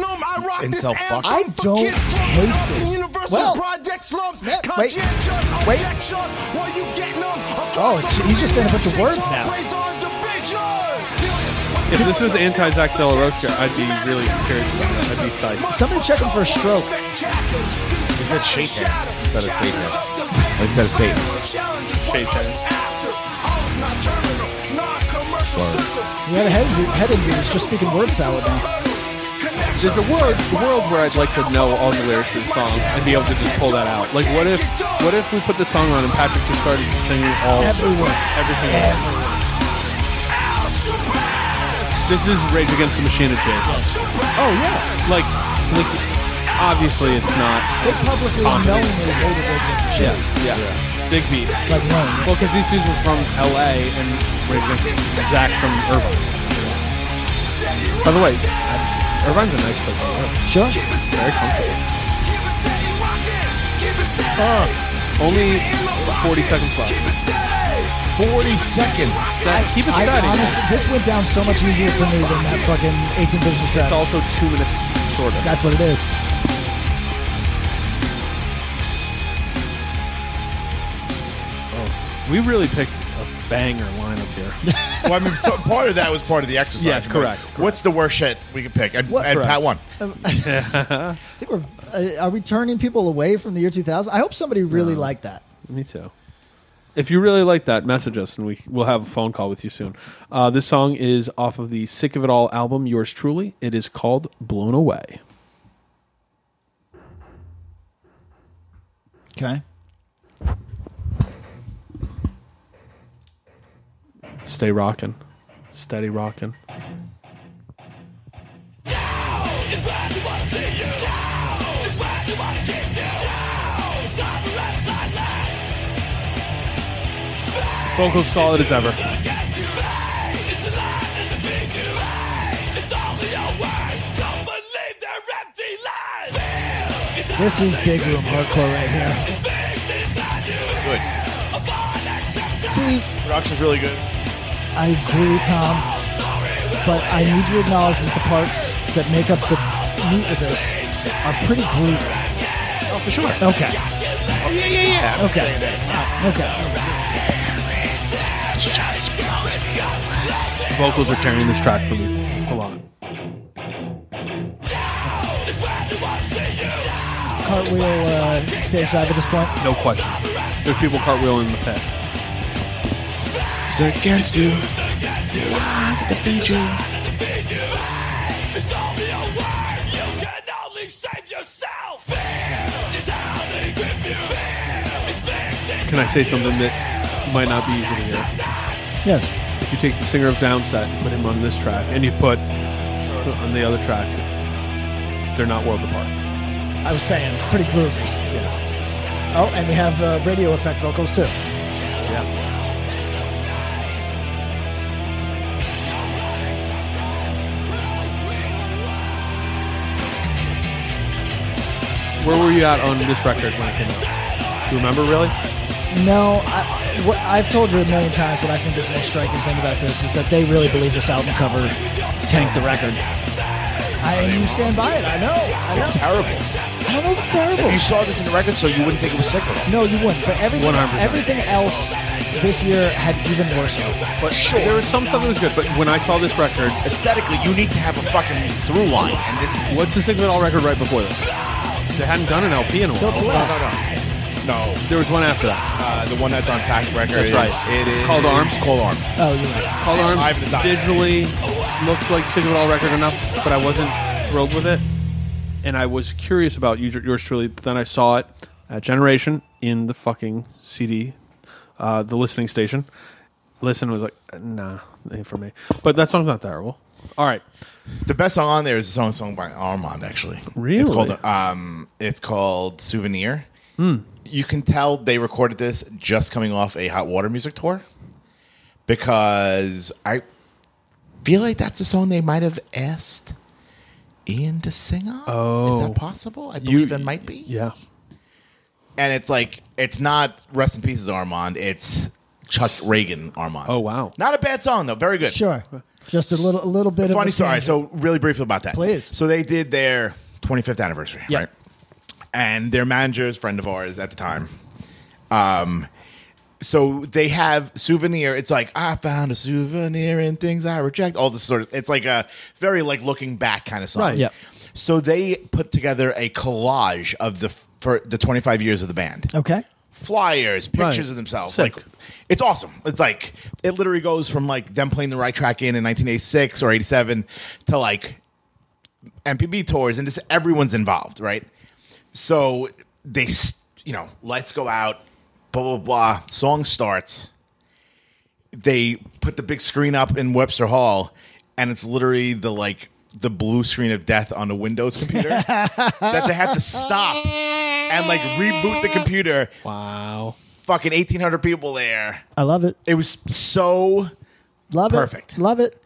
S5: And self-fuck.
S3: I don't hate this. Well,
S2: Project slums,
S3: yeah, wait,
S2: conscientious
S3: wait.
S2: objection. While you getting them,
S3: Oh, it's, he's just saying a bunch of words now.
S2: praise on division.
S5: If this was anti Zach Del Rocha, I'd be really curious about that. I'd be psyched.
S3: Somebody check him for a stroke.
S4: Is that Shaitan? Is that a Satan? Is that a Satan?
S3: He had a head injury. Head injury. He's just speaking word salad now.
S5: There's a world, world where I'd like to know all the lyrics to the song and be able to just pull that out. Like, what if, what if we put the song on and Patrick just started singing all
S3: Every word.
S5: every single one? This is Rage Against the Machine at Jams.
S3: Oh yeah,
S5: Like, like, obviously it's not.
S3: they publicly
S5: Confidence.
S3: knowingly hated Rage Against the Machine.
S5: yeah. Big beat.
S3: Like knowingly.
S5: Well, because these dudes were from LA and Rage Against Zach from Irvine. By the way, Irvine's a nice place. to live.
S3: Sure.
S5: Very comfortable. Only 40 seconds left.
S4: 40 seconds.
S5: Stat- keep it
S3: I
S5: steady.
S3: honestly, this went down so much easier for me than that fucking 18 business track.
S5: it's also two minutes shorter.
S3: That's what it is.
S5: We really picked a banger lineup here.
S4: Well, I mean, so part of that was part of the exercise.
S5: Yes,
S4: but
S5: correct, correct.
S4: What's the worst shit we could pick? And,
S3: What-
S4: and
S5: correct.
S4: Pat won.
S3: I think we're uh, are we turning people away from the year 2000? I hope somebody really liked that.
S5: Me too. If you really like that, message us and we, we'll have a phone call with you soon. Uh, this song is off of the Sick of It All album, yours truly. It is called Blown Away.
S3: Okay.
S5: Stay rockin', steady rockin'. Vocals solid as ever.
S3: This is big room hardcore right here.
S4: Good.
S3: See,
S4: Production's really good.
S3: I agree, Tom, but I need to acknowledge that the parts that make up the meat of this are pretty groovy.
S4: Oh, for sure.
S3: Okay.
S4: Oh, yeah, yeah, yeah. I'm
S3: Okay. uh,
S4: saying that.
S3: Okay.
S5: vocals are carrying this track for me a lot.
S3: Cartwheel uh, stage dive at this point.
S5: No question. There's people cartwheeling in the pit.
S4: It's against you.
S5: Can I say something that might not be easy to hear?
S3: Yes.
S5: If you take the singer of Downset and put him on this track, and you put on the other track, they're not worlds apart.
S3: I was saying it's pretty groovy. Oh, and we have uh, radio effect vocals too.
S5: Where were you at on this record when it came out? Do you remember really?
S3: No, I, what I've told you a million times. What I think is the most striking thing about this is that they really believe this album cover tanked the record. I and you stand by it. I know. I,
S4: It's
S3: know.
S4: terrible.
S3: I don't know if it's terrible.
S4: If you saw this in the record, so you wouldn't think it was sick at all.
S3: No, you wouldn't. But everything,
S5: 100%.
S3: everything else this year had even worse. Hope.
S5: But sure. There was some stuff that was good, but when I saw this record,
S4: Aesthetically, you need to have a fucking through line. And this is.
S5: what's the Sick of It All record right before this? They hadn't done an LP in a
S3: Built to
S5: while.
S3: last.
S4: No, no, no. No.
S5: There was one after that.
S4: Uh, the one that's on Tax Record.
S5: That's right.
S4: It is.
S5: Called Arms?
S4: Cold Arms.
S3: Oh, you're right.
S5: Call Arms
S4: Live to Die.
S5: digitally looked like Sick of It All record enough, but I wasn't thrilled with it. And I was curious about yours, yours truly, but then I saw it at Generation in the fucking CD, uh, the listening station. Listen was like, nah, ain't for me. But that song's not terrible. All right.
S4: The best song on there is a song sung by Armand, actually.
S5: Really? Hmm.
S4: It's called um, it's called Souvenir. You can tell they recorded this just coming off a hot water music tour because I feel like that's a song they might have asked Ian to sing on. Is
S5: Oh.
S4: that possible? I believe it might be.
S5: Yeah.
S4: And it's like it's not Rest in Pieces Armand, it's Chuck Reagan Armand.
S5: Oh, wow.
S4: Not a bad song though, very good.
S3: Sure. Just a little, a little bit of
S4: funny
S3: a
S4: story.
S3: tangent.
S4: So really briefly about that,
S3: Please.
S4: So they did their 25th anniversary, right? And their manager is a friend of ours at the time. Um, so they have souvenir. It's like I found a souvenir and things I reject. All this sort of. It's like a very like looking back kind of song.
S3: Right. Yep.
S4: So they put together a collage of the for the 25 years of the band
S3: Okay.
S4: flyers, pictures
S3: Right.
S4: of themselves.
S3: Sick.
S4: Like it's awesome. It's like it literally goes from like them playing the right track in in 1986 or 87 to like MPB tours and just everyone's involved, right? So they, s- you know, lights go out, blah blah blah. Song starts. They put the big screen up in Webster Hall, and it's literally the like the blue screen of death on a Windows computer that they have to stop and like reboot the computer.
S5: Wow.
S4: Fucking 1,800 people there.
S3: I love it.
S4: It was so
S3: love
S4: perfect.
S3: it. Love it.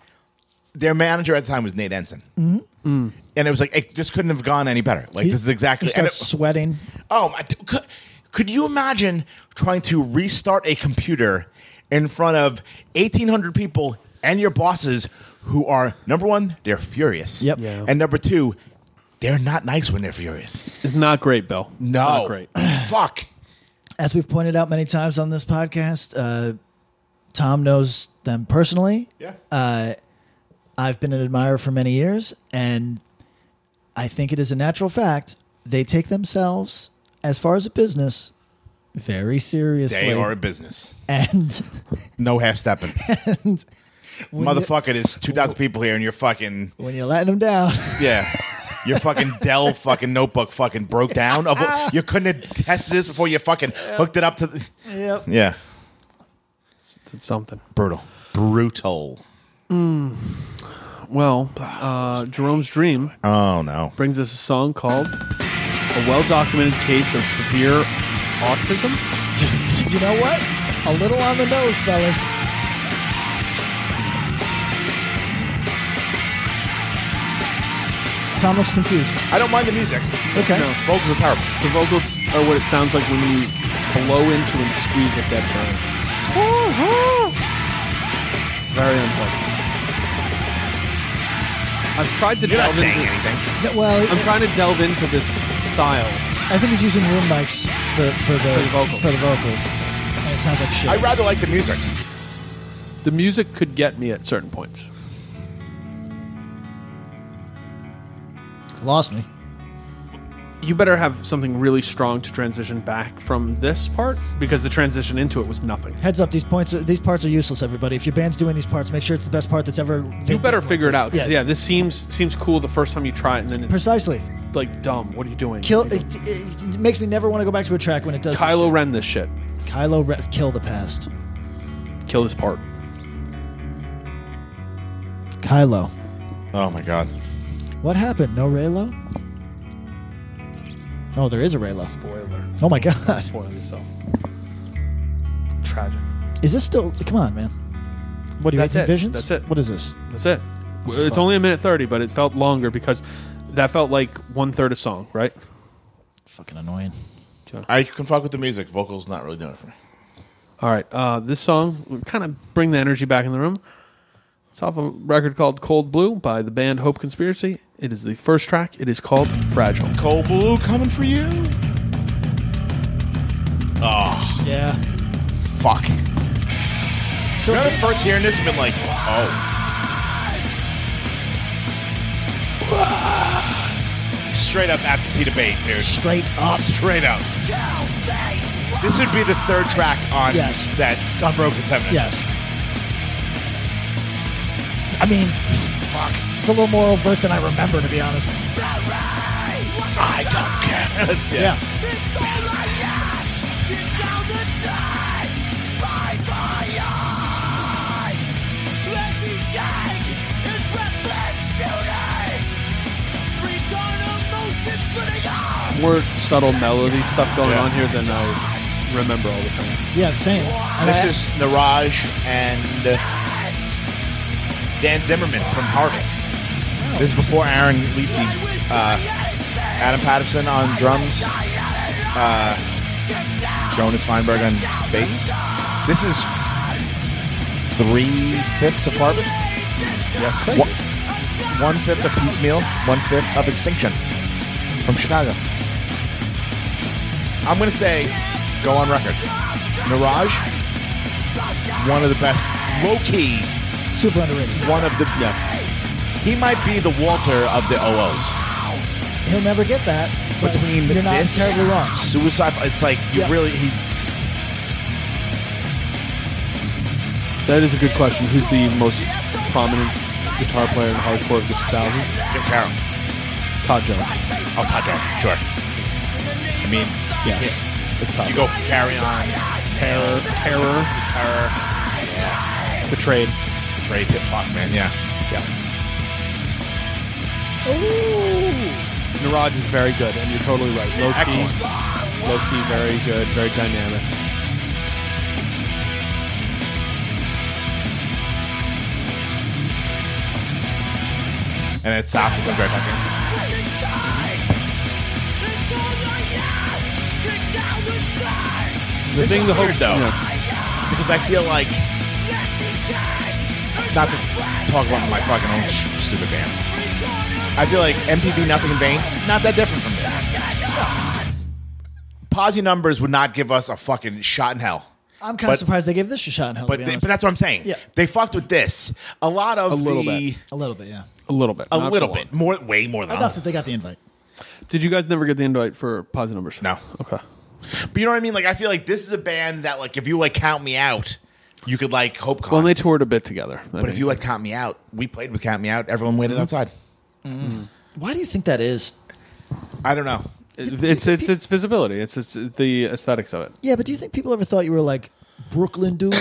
S4: Their manager at the time was Nate Ensign.
S3: Mm-hmm.
S4: And it was like, it just couldn't have gone any better. Like, this is exactly.
S3: You
S4: and
S3: start
S4: it-
S3: sweating.
S4: oh, my, could, could you imagine trying to restart a computer in front of 1,800 people and your bosses who are, number one, they're furious. Yep.
S5: Yeah.
S4: And number two, they're not nice when they're furious.
S5: It's not great, Bill.
S4: No.
S5: Not great.
S4: Fuck.
S3: As we've pointed out many times on this podcast, uh, Tom knows them personally.
S4: Yeah.
S3: Uh, I've been an admirer for many years, and I think it is a natural fact they take themselves, as far as a business, very seriously.
S4: They are a business.
S3: And
S4: No half stepping.
S3: and when you-
S4: Motherfucker, there's 2,000 people here and you're fucking,
S3: when you're letting them down,
S4: yeah. Your fucking Dell fucking notebook fucking broke down. Of, you couldn't have tested this before you fucking hooked it up to. The,
S3: Yep.
S4: Yeah.
S5: It's something.
S4: Brutal. Brutal.
S5: Mm. Well, uh, Jerome's Dream.
S4: Oh, no.
S5: Brings us a song called A Well Documented Case of Severe Autism.
S3: you know what? A little on the nose, fellas. Tom looks confused.
S4: I don't mind the music.
S3: Okay.
S4: Vocals are terrible.
S5: The vocals are what it sounds like when you blow into and squeeze a dead bird. Very unpleasant. I've tried to
S4: You're not
S5: delve
S4: saying
S5: into
S3: anything. Well,
S5: I'm trying to delve into this style.
S3: I think he's using room mics for, for, the,
S5: For the vocals.
S3: For the vocals. And it sounds like shit.
S4: I rather like the music.
S5: The music could get me at certain points.
S3: Lost me.
S5: You better have something really strong to transition back from this part because the transition into it was nothing.
S3: Heads up, these points, are, these parts are useless. Everybody, if your band's doing these parts, make sure it's the best part that's ever.
S5: You better figure it out. 'cause,
S3: Yeah.
S5: yeah. this seems seems cool the first time you try it, and then it's
S3: Precisely.
S5: like dumb. What are you doing?
S3: Kill. It, it, it makes me never want to go back to a track when it does. this
S5: Kylo Ren this shit.
S3: shit. Kylo, Ren, kill the past.
S5: Kill this part.
S3: Kylo,
S4: Oh, my God.
S3: what happened? No Raylo. Oh, there is a Raylo.
S5: Spoiler.
S3: Oh my God.
S5: Spoiling yourself. Tragic.
S3: Is this still? Come on, man. What do you
S5: That's
S3: have
S5: it.
S3: visions?
S5: That's it.
S3: What is this?
S5: That's it. W- It's
S3: Fuck.
S5: only a minute thirty, but it felt longer because that felt like one third of song, right?
S3: Fucking annoying.
S4: I can fuck with the music. Vocals not really doing it for me.
S5: All right, uh, this song kind of bring the energy back in the room. It's off a record called Cold Blue by the band Hope Conspiracy. It is the first track. It is called Fragile.
S4: Cold Blue coming for you. Oh.
S3: Yeah.
S4: Fuck. So Remember first hearing this and been like, oh. Straight up absentee debate, dude.
S3: Straight up.
S4: Straight up. This would be the third track on
S3: Yes.
S4: that Unbroken Seven.
S3: Yes. I mean, fuck. It's a little more overt than I remember, to be honest.
S4: I don't care. yeah.
S5: More subtle melody stuff going
S4: Yeah.
S5: on here than I remember all the time.
S3: Yeah, same. And
S4: This
S3: I-
S4: is Niraj and uh, Dan Zimmerman from Harvest. This is before Aaron Lisi, uh, Adam Patterson on drums, uh, Jonas Feinberg on bass. This is three fifths of Harvest. One fifth of piecemeal, one fifth of extinction from Chicago. I'm going to say, go on record. Mirage, one of the best, low key,
S3: super underrated.
S4: One of the yeah. He might be the Walter of the OOs.
S3: He'll never get that. but
S4: Between
S3: you're not
S4: this,
S3: terribly wrong.
S4: Suicide, it's like you really he
S5: That is a good question. Who's the most prominent guitar player in hardcore of the 2000s?
S4: Jim Carroll.
S5: Todd Jones.
S4: Oh, Todd Jones, sure. I mean,
S5: Yeah.
S4: you can't-
S5: It's tough.
S4: You go carry on, terror, terror, terror. Yeah.
S5: Betrayed.
S4: Betrayed. Tip fuck, man. Yeah. Yeah.
S5: Mirage is very good, and you're totally right. Low key,
S4: Excellent.
S5: low key, very good, very dynamic.
S4: And it stops and comes right back in. The thing, the hope though, because I feel like not to talk about my fucking own sh- stupid bands. I feel like MPV Nothing in Vain, not that different from this. Posy numbers would not give us a fucking shot in hell.
S3: I'm kind of
S4: But-
S3: surprised they gave this a shot in hell. to
S4: But,
S3: be
S4: they-
S3: honest.
S4: but that's what I'm saying.
S3: Yeah.
S4: They fucked with this. A lot of
S3: A little
S4: the,
S3: bit. A little bit, yeah.
S5: A little bit.
S4: A
S5: not
S4: little
S5: for
S4: bit. More way more than
S3: Enough that they got the invite.
S5: Did you guys never get the invite for Positive Numbers?
S4: No.
S5: Okay.
S4: But you know what I mean? Like I feel like this is a band that like if you like count me out, you could like hope con.
S5: Well, and they toured a bit together. I
S4: but if
S5: think.
S4: you like count me out, we played with count me out. Everyone waited
S3: Mm-hmm.
S4: outside.
S3: Why do you think that is?
S4: I don't know.
S5: It- it's it's it's visibility. It's it's the aesthetics of it.
S3: Yeah, but do you think people ever thought you were like Brooklyn dudes?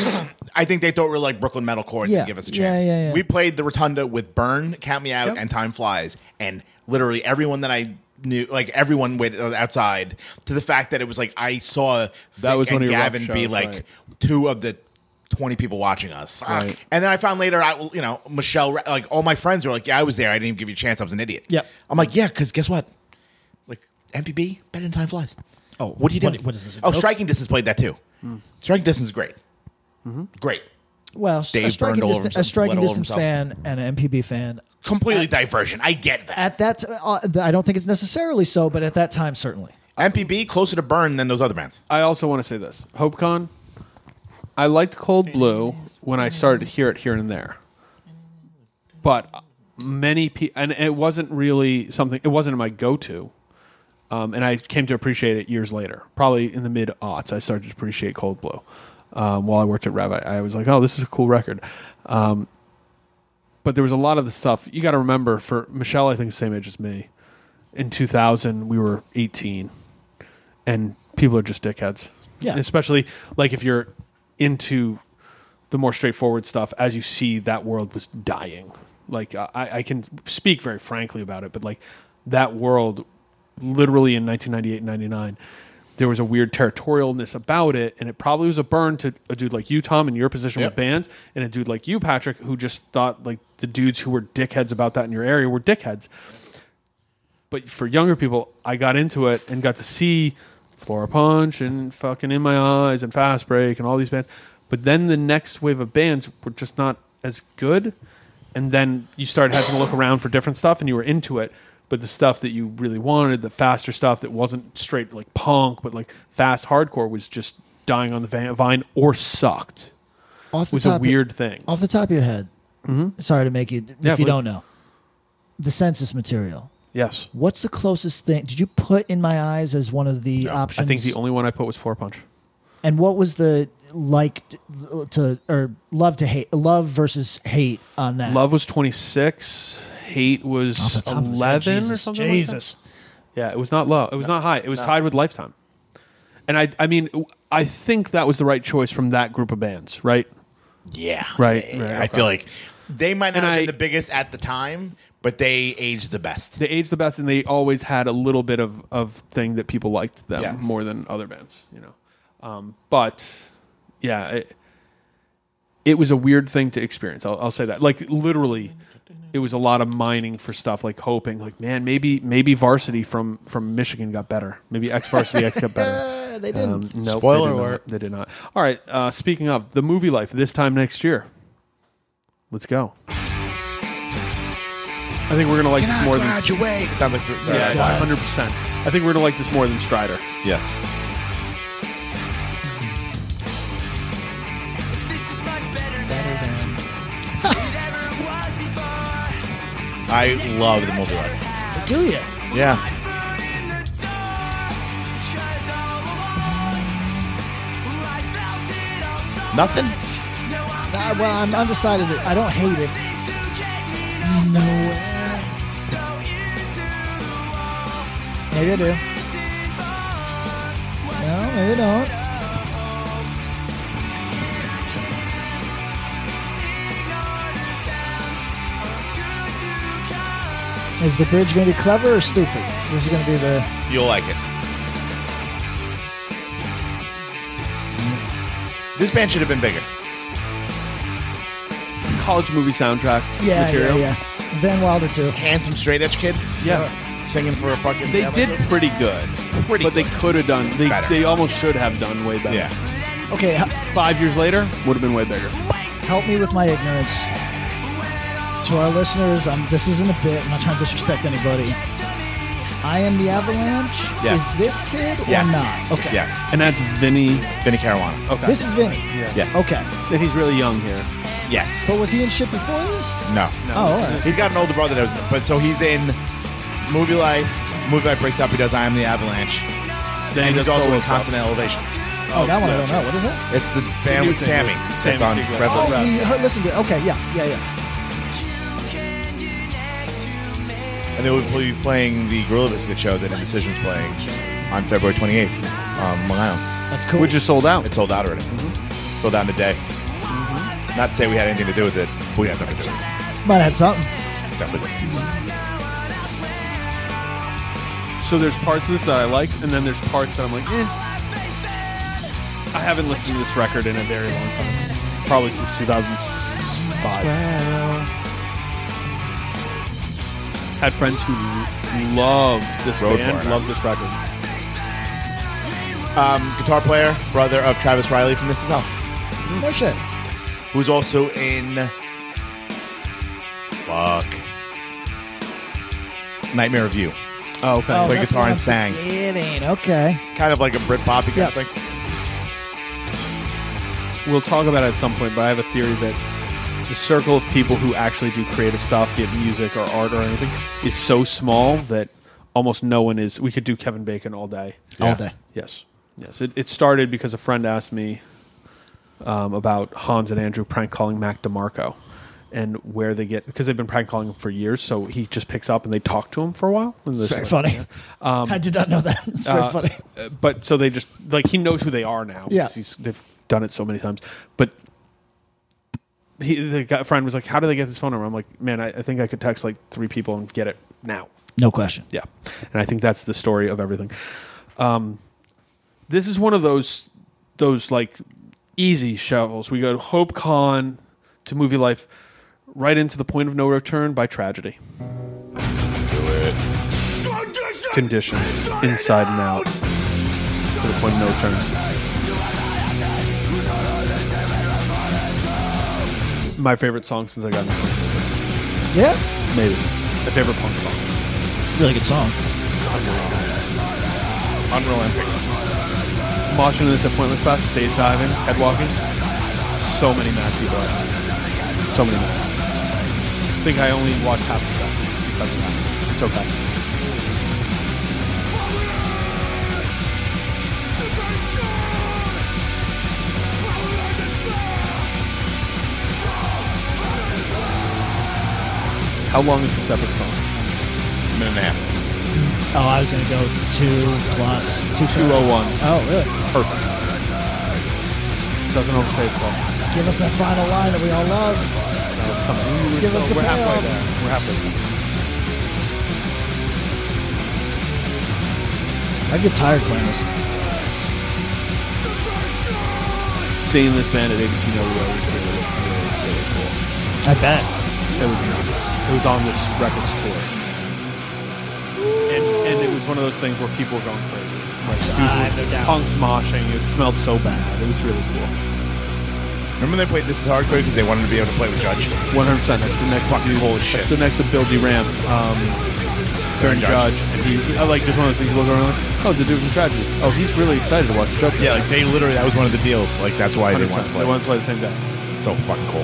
S4: I think they thought we were like Brooklyn metalcore and
S3: Yeah.
S4: didn't give us a
S3: Yeah,
S4: chance.
S3: yeah, yeah.
S4: We played the Rotunda with Burn, Count Me Out,
S5: Yep.
S4: and Time Flies, and literally everyone that I knew, like everyone waited outside. To the fact that it was like I saw Vic
S5: was
S4: and
S5: one of your rough
S4: Gavin be
S5: shows,
S4: like
S5: right.
S4: two of the. 20 people watching us. Fuck.
S5: Right.
S4: And then I found later, I, you know, Michelle, like all my friends were like, yeah, I was there. I didn't even give you a chance. I was an idiot.
S3: Yep.
S4: I'm like, yeah, because guess what? Like, MPB, better than time flies.
S3: Oh,
S4: What are you doing?
S3: What, what is this? a
S4: Oh,
S3: joke?
S4: Striking Distance played that too. Striking Distance is great. Great.
S3: Well, a
S4: Dave
S3: striking,
S4: burned all
S3: distan-
S4: over
S3: a
S4: himself,
S3: striking
S4: bled all over
S3: distance
S4: himself.
S3: fan and an MPB fan.
S4: Completely diversion. I get that.
S3: At that, t- uh, th- I don't think it's necessarily so, but at that time, certainly.
S4: MPB closer to burn than those other bands.
S5: I also want to say this. HopeCon, I liked Cold Blue when I started to hear it here and there. But many people, and it wasn't really something, it wasn't my go to. Um, and I came to appreciate it years later, probably in the mid aughts. I started to appreciate Cold Blue. Um, while I worked at Rev, I, I was like, oh, this is a cool record. Um, but there was a lot of the stuff you got to remember for Michelle, I think, is the same age as me. In 2000, we were 18 and people are just dickheads.
S3: Yeah.
S5: Especially like if you're into the more straightforward stuff, as you see that world was dying. Like I, I can speak very frankly about it, but like that world, literally in 1998 99, there was a weird territorialness about it, and it probably was a burn to a dude like you, Tom, in your position
S4: Yep.
S5: with bands, and a dude like you, Patrick, who just thought like the dudes who were dickheads about that in your area were dickheads but for younger people, I got into it and got to see Flora Punch and fucking In My Eyes and Fast Break and all these bands. But then the next wave of bands were just not as good. And then you started having to look around for different stuff and you were into it. But the stuff that you really wanted, the faster stuff that wasn't straight like punk, but like fast hardcore was just dying on the van- vine or sucked.
S3: Off
S5: It
S3: the
S5: was
S3: top
S5: a weird thing.
S3: Off the top of your head, sorry to make you, if
S5: Yeah,
S3: you
S5: please.
S3: don't know, the census material.
S5: Yes.
S3: What's the closest thing? Did you put in my eyes as one of the options?
S5: I think the only one I put was Floor Punch.
S3: and what was the like t- to or love to hate, love versus hate on that?
S5: Love was 26. Hate was
S3: Off the top of his head,
S5: 11 or
S3: Jesus,
S5: something
S3: Jesus.
S5: like that. Yeah, it was not low. It was not high. It was tied with Lifetime. And I I mean, I think that was the right choice from that group of bands, right?
S4: Yeah.
S5: Right,
S4: Yeah,
S5: right,
S4: I
S5: okay.
S4: feel like they might not
S5: And
S4: have
S5: I-
S4: been the biggest at the time, but they aged the best.
S5: They aged the best and they always had a little bit of, of thing that people liked them
S4: Yeah.
S5: more than other bands, you know. Um, but yeah, it, it was a weird thing to experience. I'll, I'll say that. Like literally, it was a lot of mining for stuff, like hoping, like man, maybe maybe varsity from from Michigan got better. Maybe ex varsity X got better.
S3: They didn't.
S5: Um, no,
S4: Spoiler
S5: they did
S4: alert.
S5: Not, they did not. All right. Uh, speaking of the movie life, this time next year, let's go. I think we're gonna like
S4: Can
S5: this
S4: I
S5: more than
S4: graduate? It sounds like th-
S5: yeah,
S4: Third Eye Blind.
S5: hundred percent. I think we're gonna like this more than Strider.
S4: Yes. I love the movie life.
S3: Do you?
S4: Yeah. Nothing?
S3: Uh, well, I'm undecided. I don't hate it. No. Maybe I do. No, maybe I don't. Is the bridge going to be clever or stupid? This is going to be the.
S4: You'll like it. This band should have been bigger.
S5: College movie soundtrack.
S3: Yeah,
S5: material.
S3: yeah, yeah. Van Wilder too.
S4: Handsome straight edge kid.
S5: Yeah.
S4: Singing for a fucking.
S5: They
S4: family.
S5: did pretty good, but they could have done. They,
S4: Better.
S5: they almost should have done way better.
S4: Yeah.
S3: Okay, h-
S5: Five years later, would have been way bigger.
S3: help me with my ignorance. To our listeners, um, this isn't a bit. I'm not trying to disrespect anybody. I am the Avalanche.
S4: Yes.
S3: Is this kid or
S4: Yes.
S3: not? Okay.
S4: Yes.
S5: And that's Vinny.
S4: Vinny Caruana.
S5: Okay.
S3: This is Vinny.
S4: Yes.
S3: Okay.
S5: Then he's really young here.
S4: Yes.
S3: But was he in shit before this?
S4: No.
S3: No. Oh, all right.
S4: He's got an older brother that was, but so he's in Movie Life. Movie Life breaks up. He does I Am the Avalanche.
S5: Then
S4: and
S5: he
S4: he's
S5: does
S4: also
S5: solo
S4: in
S5: stuff.
S4: Constant Elevation.
S3: Oh, that one I don't know. What is it?
S4: It's the band
S5: new
S4: with
S5: thing
S4: Sammy.
S5: with
S4: That's
S5: Sammy
S4: on Rev.
S5: Siegel.
S3: Oh, we heard, listened to it. Okay, yeah, yeah, yeah.
S4: And they will be playing the Gorilla Biscuit show that Indecision's playing on February 28th on Long Island.
S3: That's cool.
S5: Which is sold out.
S4: It's sold out already. Sold out in a day. Not to say we had anything to do with it, but we had something to do with it.
S3: Might have had something.
S4: Definitely.
S5: So there's parts of this that I like, and then there's parts that I'm like, eh. I haven't listened to this record in a very long time. Probably since 2005. Had friends who loved this
S4: Road
S5: band,
S4: Warrior.
S5: loved this record.
S4: Um, guitar player, brother of Travis Riley from This Is Hell,
S3: Hmm. No shit.
S4: who's also in. Fuck. Nightmare of You.
S5: Oh, okay.
S3: Oh,
S4: Played
S3: that's the
S4: guitar and
S3: one-
S4: sang.
S3: It ain't okay.
S4: Kind of like a Brit poppy kind
S3: Yeah.
S4: of thing.
S5: We'll talk about it at some point, but I have a theory that the circle of people who actually do creative stuff, be it music or art or anything, is so small that almost no one is. We could do Kevin Bacon all day.
S3: All day.
S5: Yes. Yes. It, it started because a friend asked me um, about Hans and Andrew prank calling Mac DeMarco and where they get because they've been prank calling him for years. So he just picks up and they talk to him for a while. And this
S3: Very
S5: like-
S3: funny. I did not know that. It's very
S5: uh,
S3: funny.
S5: uh, But so they just like he knows who they are now.
S3: Yeah.
S5: 'cause he's, they've done it so many times. But he, the guy, friend was like, "How do they get this phone number?" I'm like, "Man, I, I think I could text like three people and get it now."
S3: No question.
S5: Yeah, and I think that's the story of everything. Um, this is one of those those like easy shovels. We go to Hope Con to movie life, right into the point of no return by tragedy. Condition inside and out to the point of no return. My favorite song since I got in
S3: Yeah.
S5: maybe my favorite punk song.
S3: Really good song.
S4: Unrelenting.
S5: Moshing this at Pointless Fest, stage diving, head walking. So many mad people. out there. So many mad. I think I only watched half the set because of that. It's okay. How long is the separate song?
S4: Minute and a half.
S3: Oh, I was going to go two plus two two.
S5: 201.
S3: Oh, really?
S5: Perfect. Doesn't overstay its welcome.
S3: Give us that final line that we all love.
S5: So it's coming.
S3: Give
S5: So
S3: us the
S5: we're halfway
S3: payoff.
S5: there. We're halfway there.
S3: I get tired playing this.
S5: seeing this band at ABC No Row was really, really, really cool.
S3: I bet.
S5: It was nuts. It was on this records tour. And, and it was one of those things where people were going crazy. Like, dudes
S3: Ah,
S5: were-
S3: no doubt.
S5: punks moshing. It smelled so bad. It was really cool.
S4: Remember they played This Is Hardcore because they wanted to be able to play with Judge.
S5: One hundred percent. That's the next
S4: fucking
S5: dude-
S4: holy shit.
S5: That's the next to Bill D. Ram. Um, during
S4: Judge.
S5: Judge, and he, I like just one of those things. You look around, like, oh, it's a dude from Tragedy. Oh, he's really excited to watch Judge.
S4: Yeah, like they literally that was one of the deals. Like that's why they wanted to
S5: 100%.
S4: play.
S5: They wanted to play the same guy.
S4: It's so fucking cool.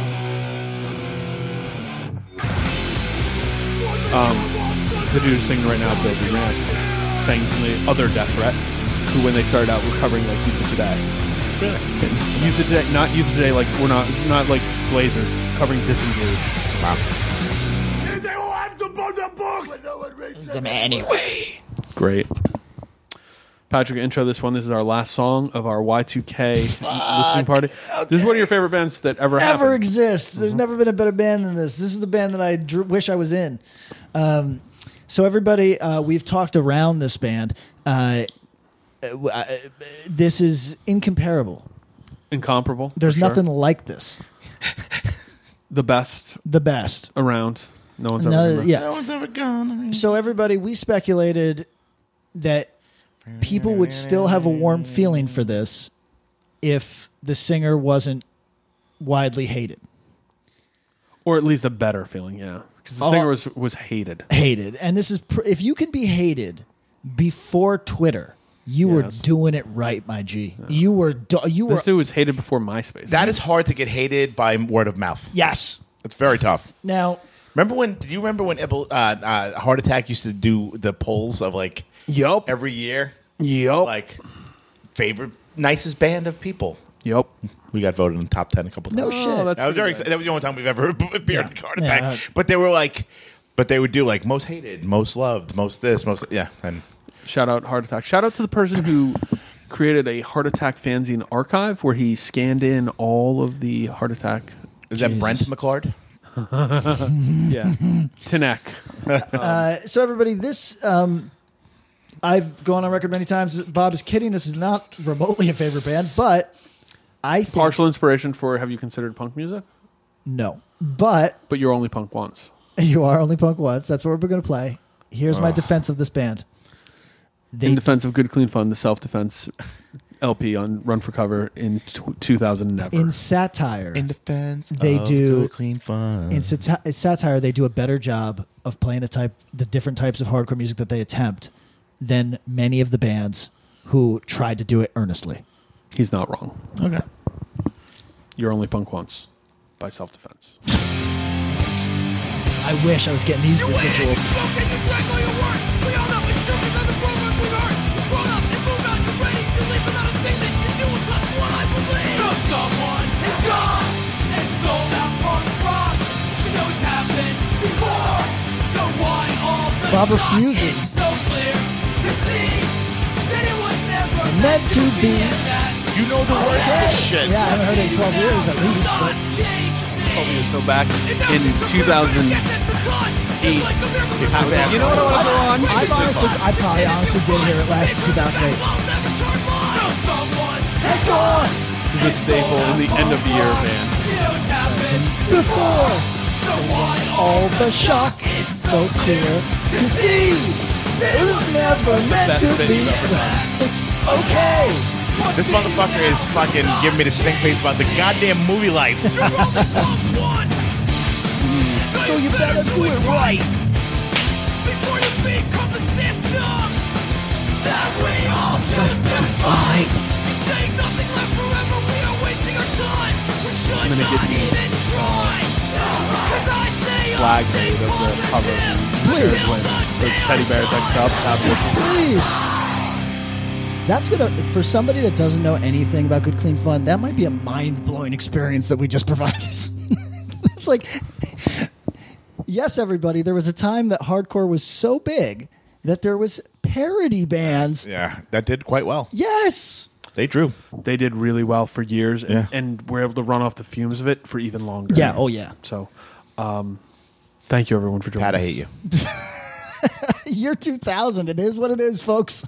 S5: Um, the dude singing right now, Bill D. Ram, sang from the other Death Threat, who when they started out were covering like Youth of Today.
S4: Really?
S5: Youth of Today, not Youth of Today. Like we're not not like Blazers covering Disengage.
S4: Wow.
S2: Anyway.
S5: Great. Patrick, intro this one. This is our last song of our Y2K listening party. This is one of your favorite bands that ever,
S3: ever
S5: happened.
S3: exists. There's never been a better band than this. This is the band that I dr- wish I was in. Um, so everybody, uh, we've talked around this band. Uh, uh, w- I- uh, this is incomparable.
S5: Incomparable. for
S3: There's
S5: sure.
S3: nothing like this.
S5: The best
S3: The best
S5: around. No one's
S3: No,
S5: ever.
S3: yeah.
S4: No one's ever gone.
S3: So everybody, we speculated that people would still have a warm feeling for this if the singer wasn't widely hated.
S5: Or at least a better feeling, yeah. Because the
S3: Oh.
S5: singer was, was hated.
S3: hated and this is pr- if you can be hated before twitter you were doing it right my g you were do- you were
S5: This dude was hated before MySpace.
S4: That is hard to get hated by word of mouth.
S3: Yes.
S4: It's very tough.
S3: now
S4: Remember when? Do you remember when Ebel, uh, uh, Heart Attack used to do the polls of like,
S5: yup,
S4: every year,
S5: yup,
S4: like favorite nicest band of people.
S5: Yup.
S4: We got voted in the top ten a couple
S3: No
S4: times.
S3: shit. Oh, that's
S4: that was very
S3: pretty
S4: exciting. That was the only time we've ever appeared in Heart
S3: Yeah.
S4: Attack. But they were like, but they would do like most hated, most loved, most this, most yeah, and
S5: Shout out Heart Attack. Shout out to the person who created a Heart Attack fanzine archive where he scanned in all of the Heart Attack.
S4: Is that Brent McClard?
S5: yeah. Tinek. Um,
S3: uh, so everybody this um i've gone on record many times bob is kidding this is not remotely a favorite band but i think
S5: Partial inspiration for have you considered punk music?
S3: no but
S5: But you're only punk once.
S3: you are only punk once that's what we're going to play here's my
S5: Ugh.
S3: defense of this band
S5: in defense of Good Clean Fun, the self defense LP on Run for Cover in t- 2000 never.
S3: in satire in
S4: defense
S3: they
S4: of
S3: do
S4: good, clean fun.
S3: in sati- satire they do a better job of playing the type the different types of hardcore music that they attempt than many of the bands who tried to do it earnestly
S5: He's not wrong.
S3: okay
S5: You're only punk once by self defense.
S3: i wish i was getting these residuals
S2: So someone is gone and sold out punk rock. We know it's happened before. So why all the
S3: Bob
S2: shock?
S3: refuses.
S2: It's so clear to see that it was never
S3: meant to be
S4: You know the words to this shit.
S3: yeah i haven't heard it in 12 years at least but
S5: So back in 2000.
S3: you know what i want to go on i've honestly i probably honestly did hear it last in 2008
S2: So someone
S3: let's go on
S5: He's a staple in the end of the year band.
S3: before all the shock it's so clear to see it was never meant
S4: Best
S3: to
S4: thing
S3: be
S4: you've ever
S3: so it's okay
S4: This motherfucker is fucking giving me the stink face about the goddamn movie life.
S2: So you better do it right. Before you become the system that we all choose to fight. You're saying nothing left forever. We are wasting our time. We should
S5: gonna
S2: not
S5: get me
S2: even try. 'Cause I say I'll
S5: flag
S2: stay
S5: made of the cover
S2: positive.
S3: Please.
S2: till
S5: So
S2: the
S5: Teddy Bear type stuff. Have this.
S3: please. That's gonna for somebody that doesn't know anything about good clean fun. That might be a mind blowing experience that we just provided. it's like, yes, everybody. There was a time that hardcore was so big that there was parody bands.
S4: yeah, that did quite well.
S3: Yes,
S4: They drew.
S5: They did really well for years and,
S4: Yeah.
S5: and were able to run off the fumes of it for even longer.
S3: Yeah, oh, yeah.
S5: So, um, thank you everyone for joining
S4: Pat, I
S5: us.
S4: hate you.
S3: year two thousand. It is what it is, folks.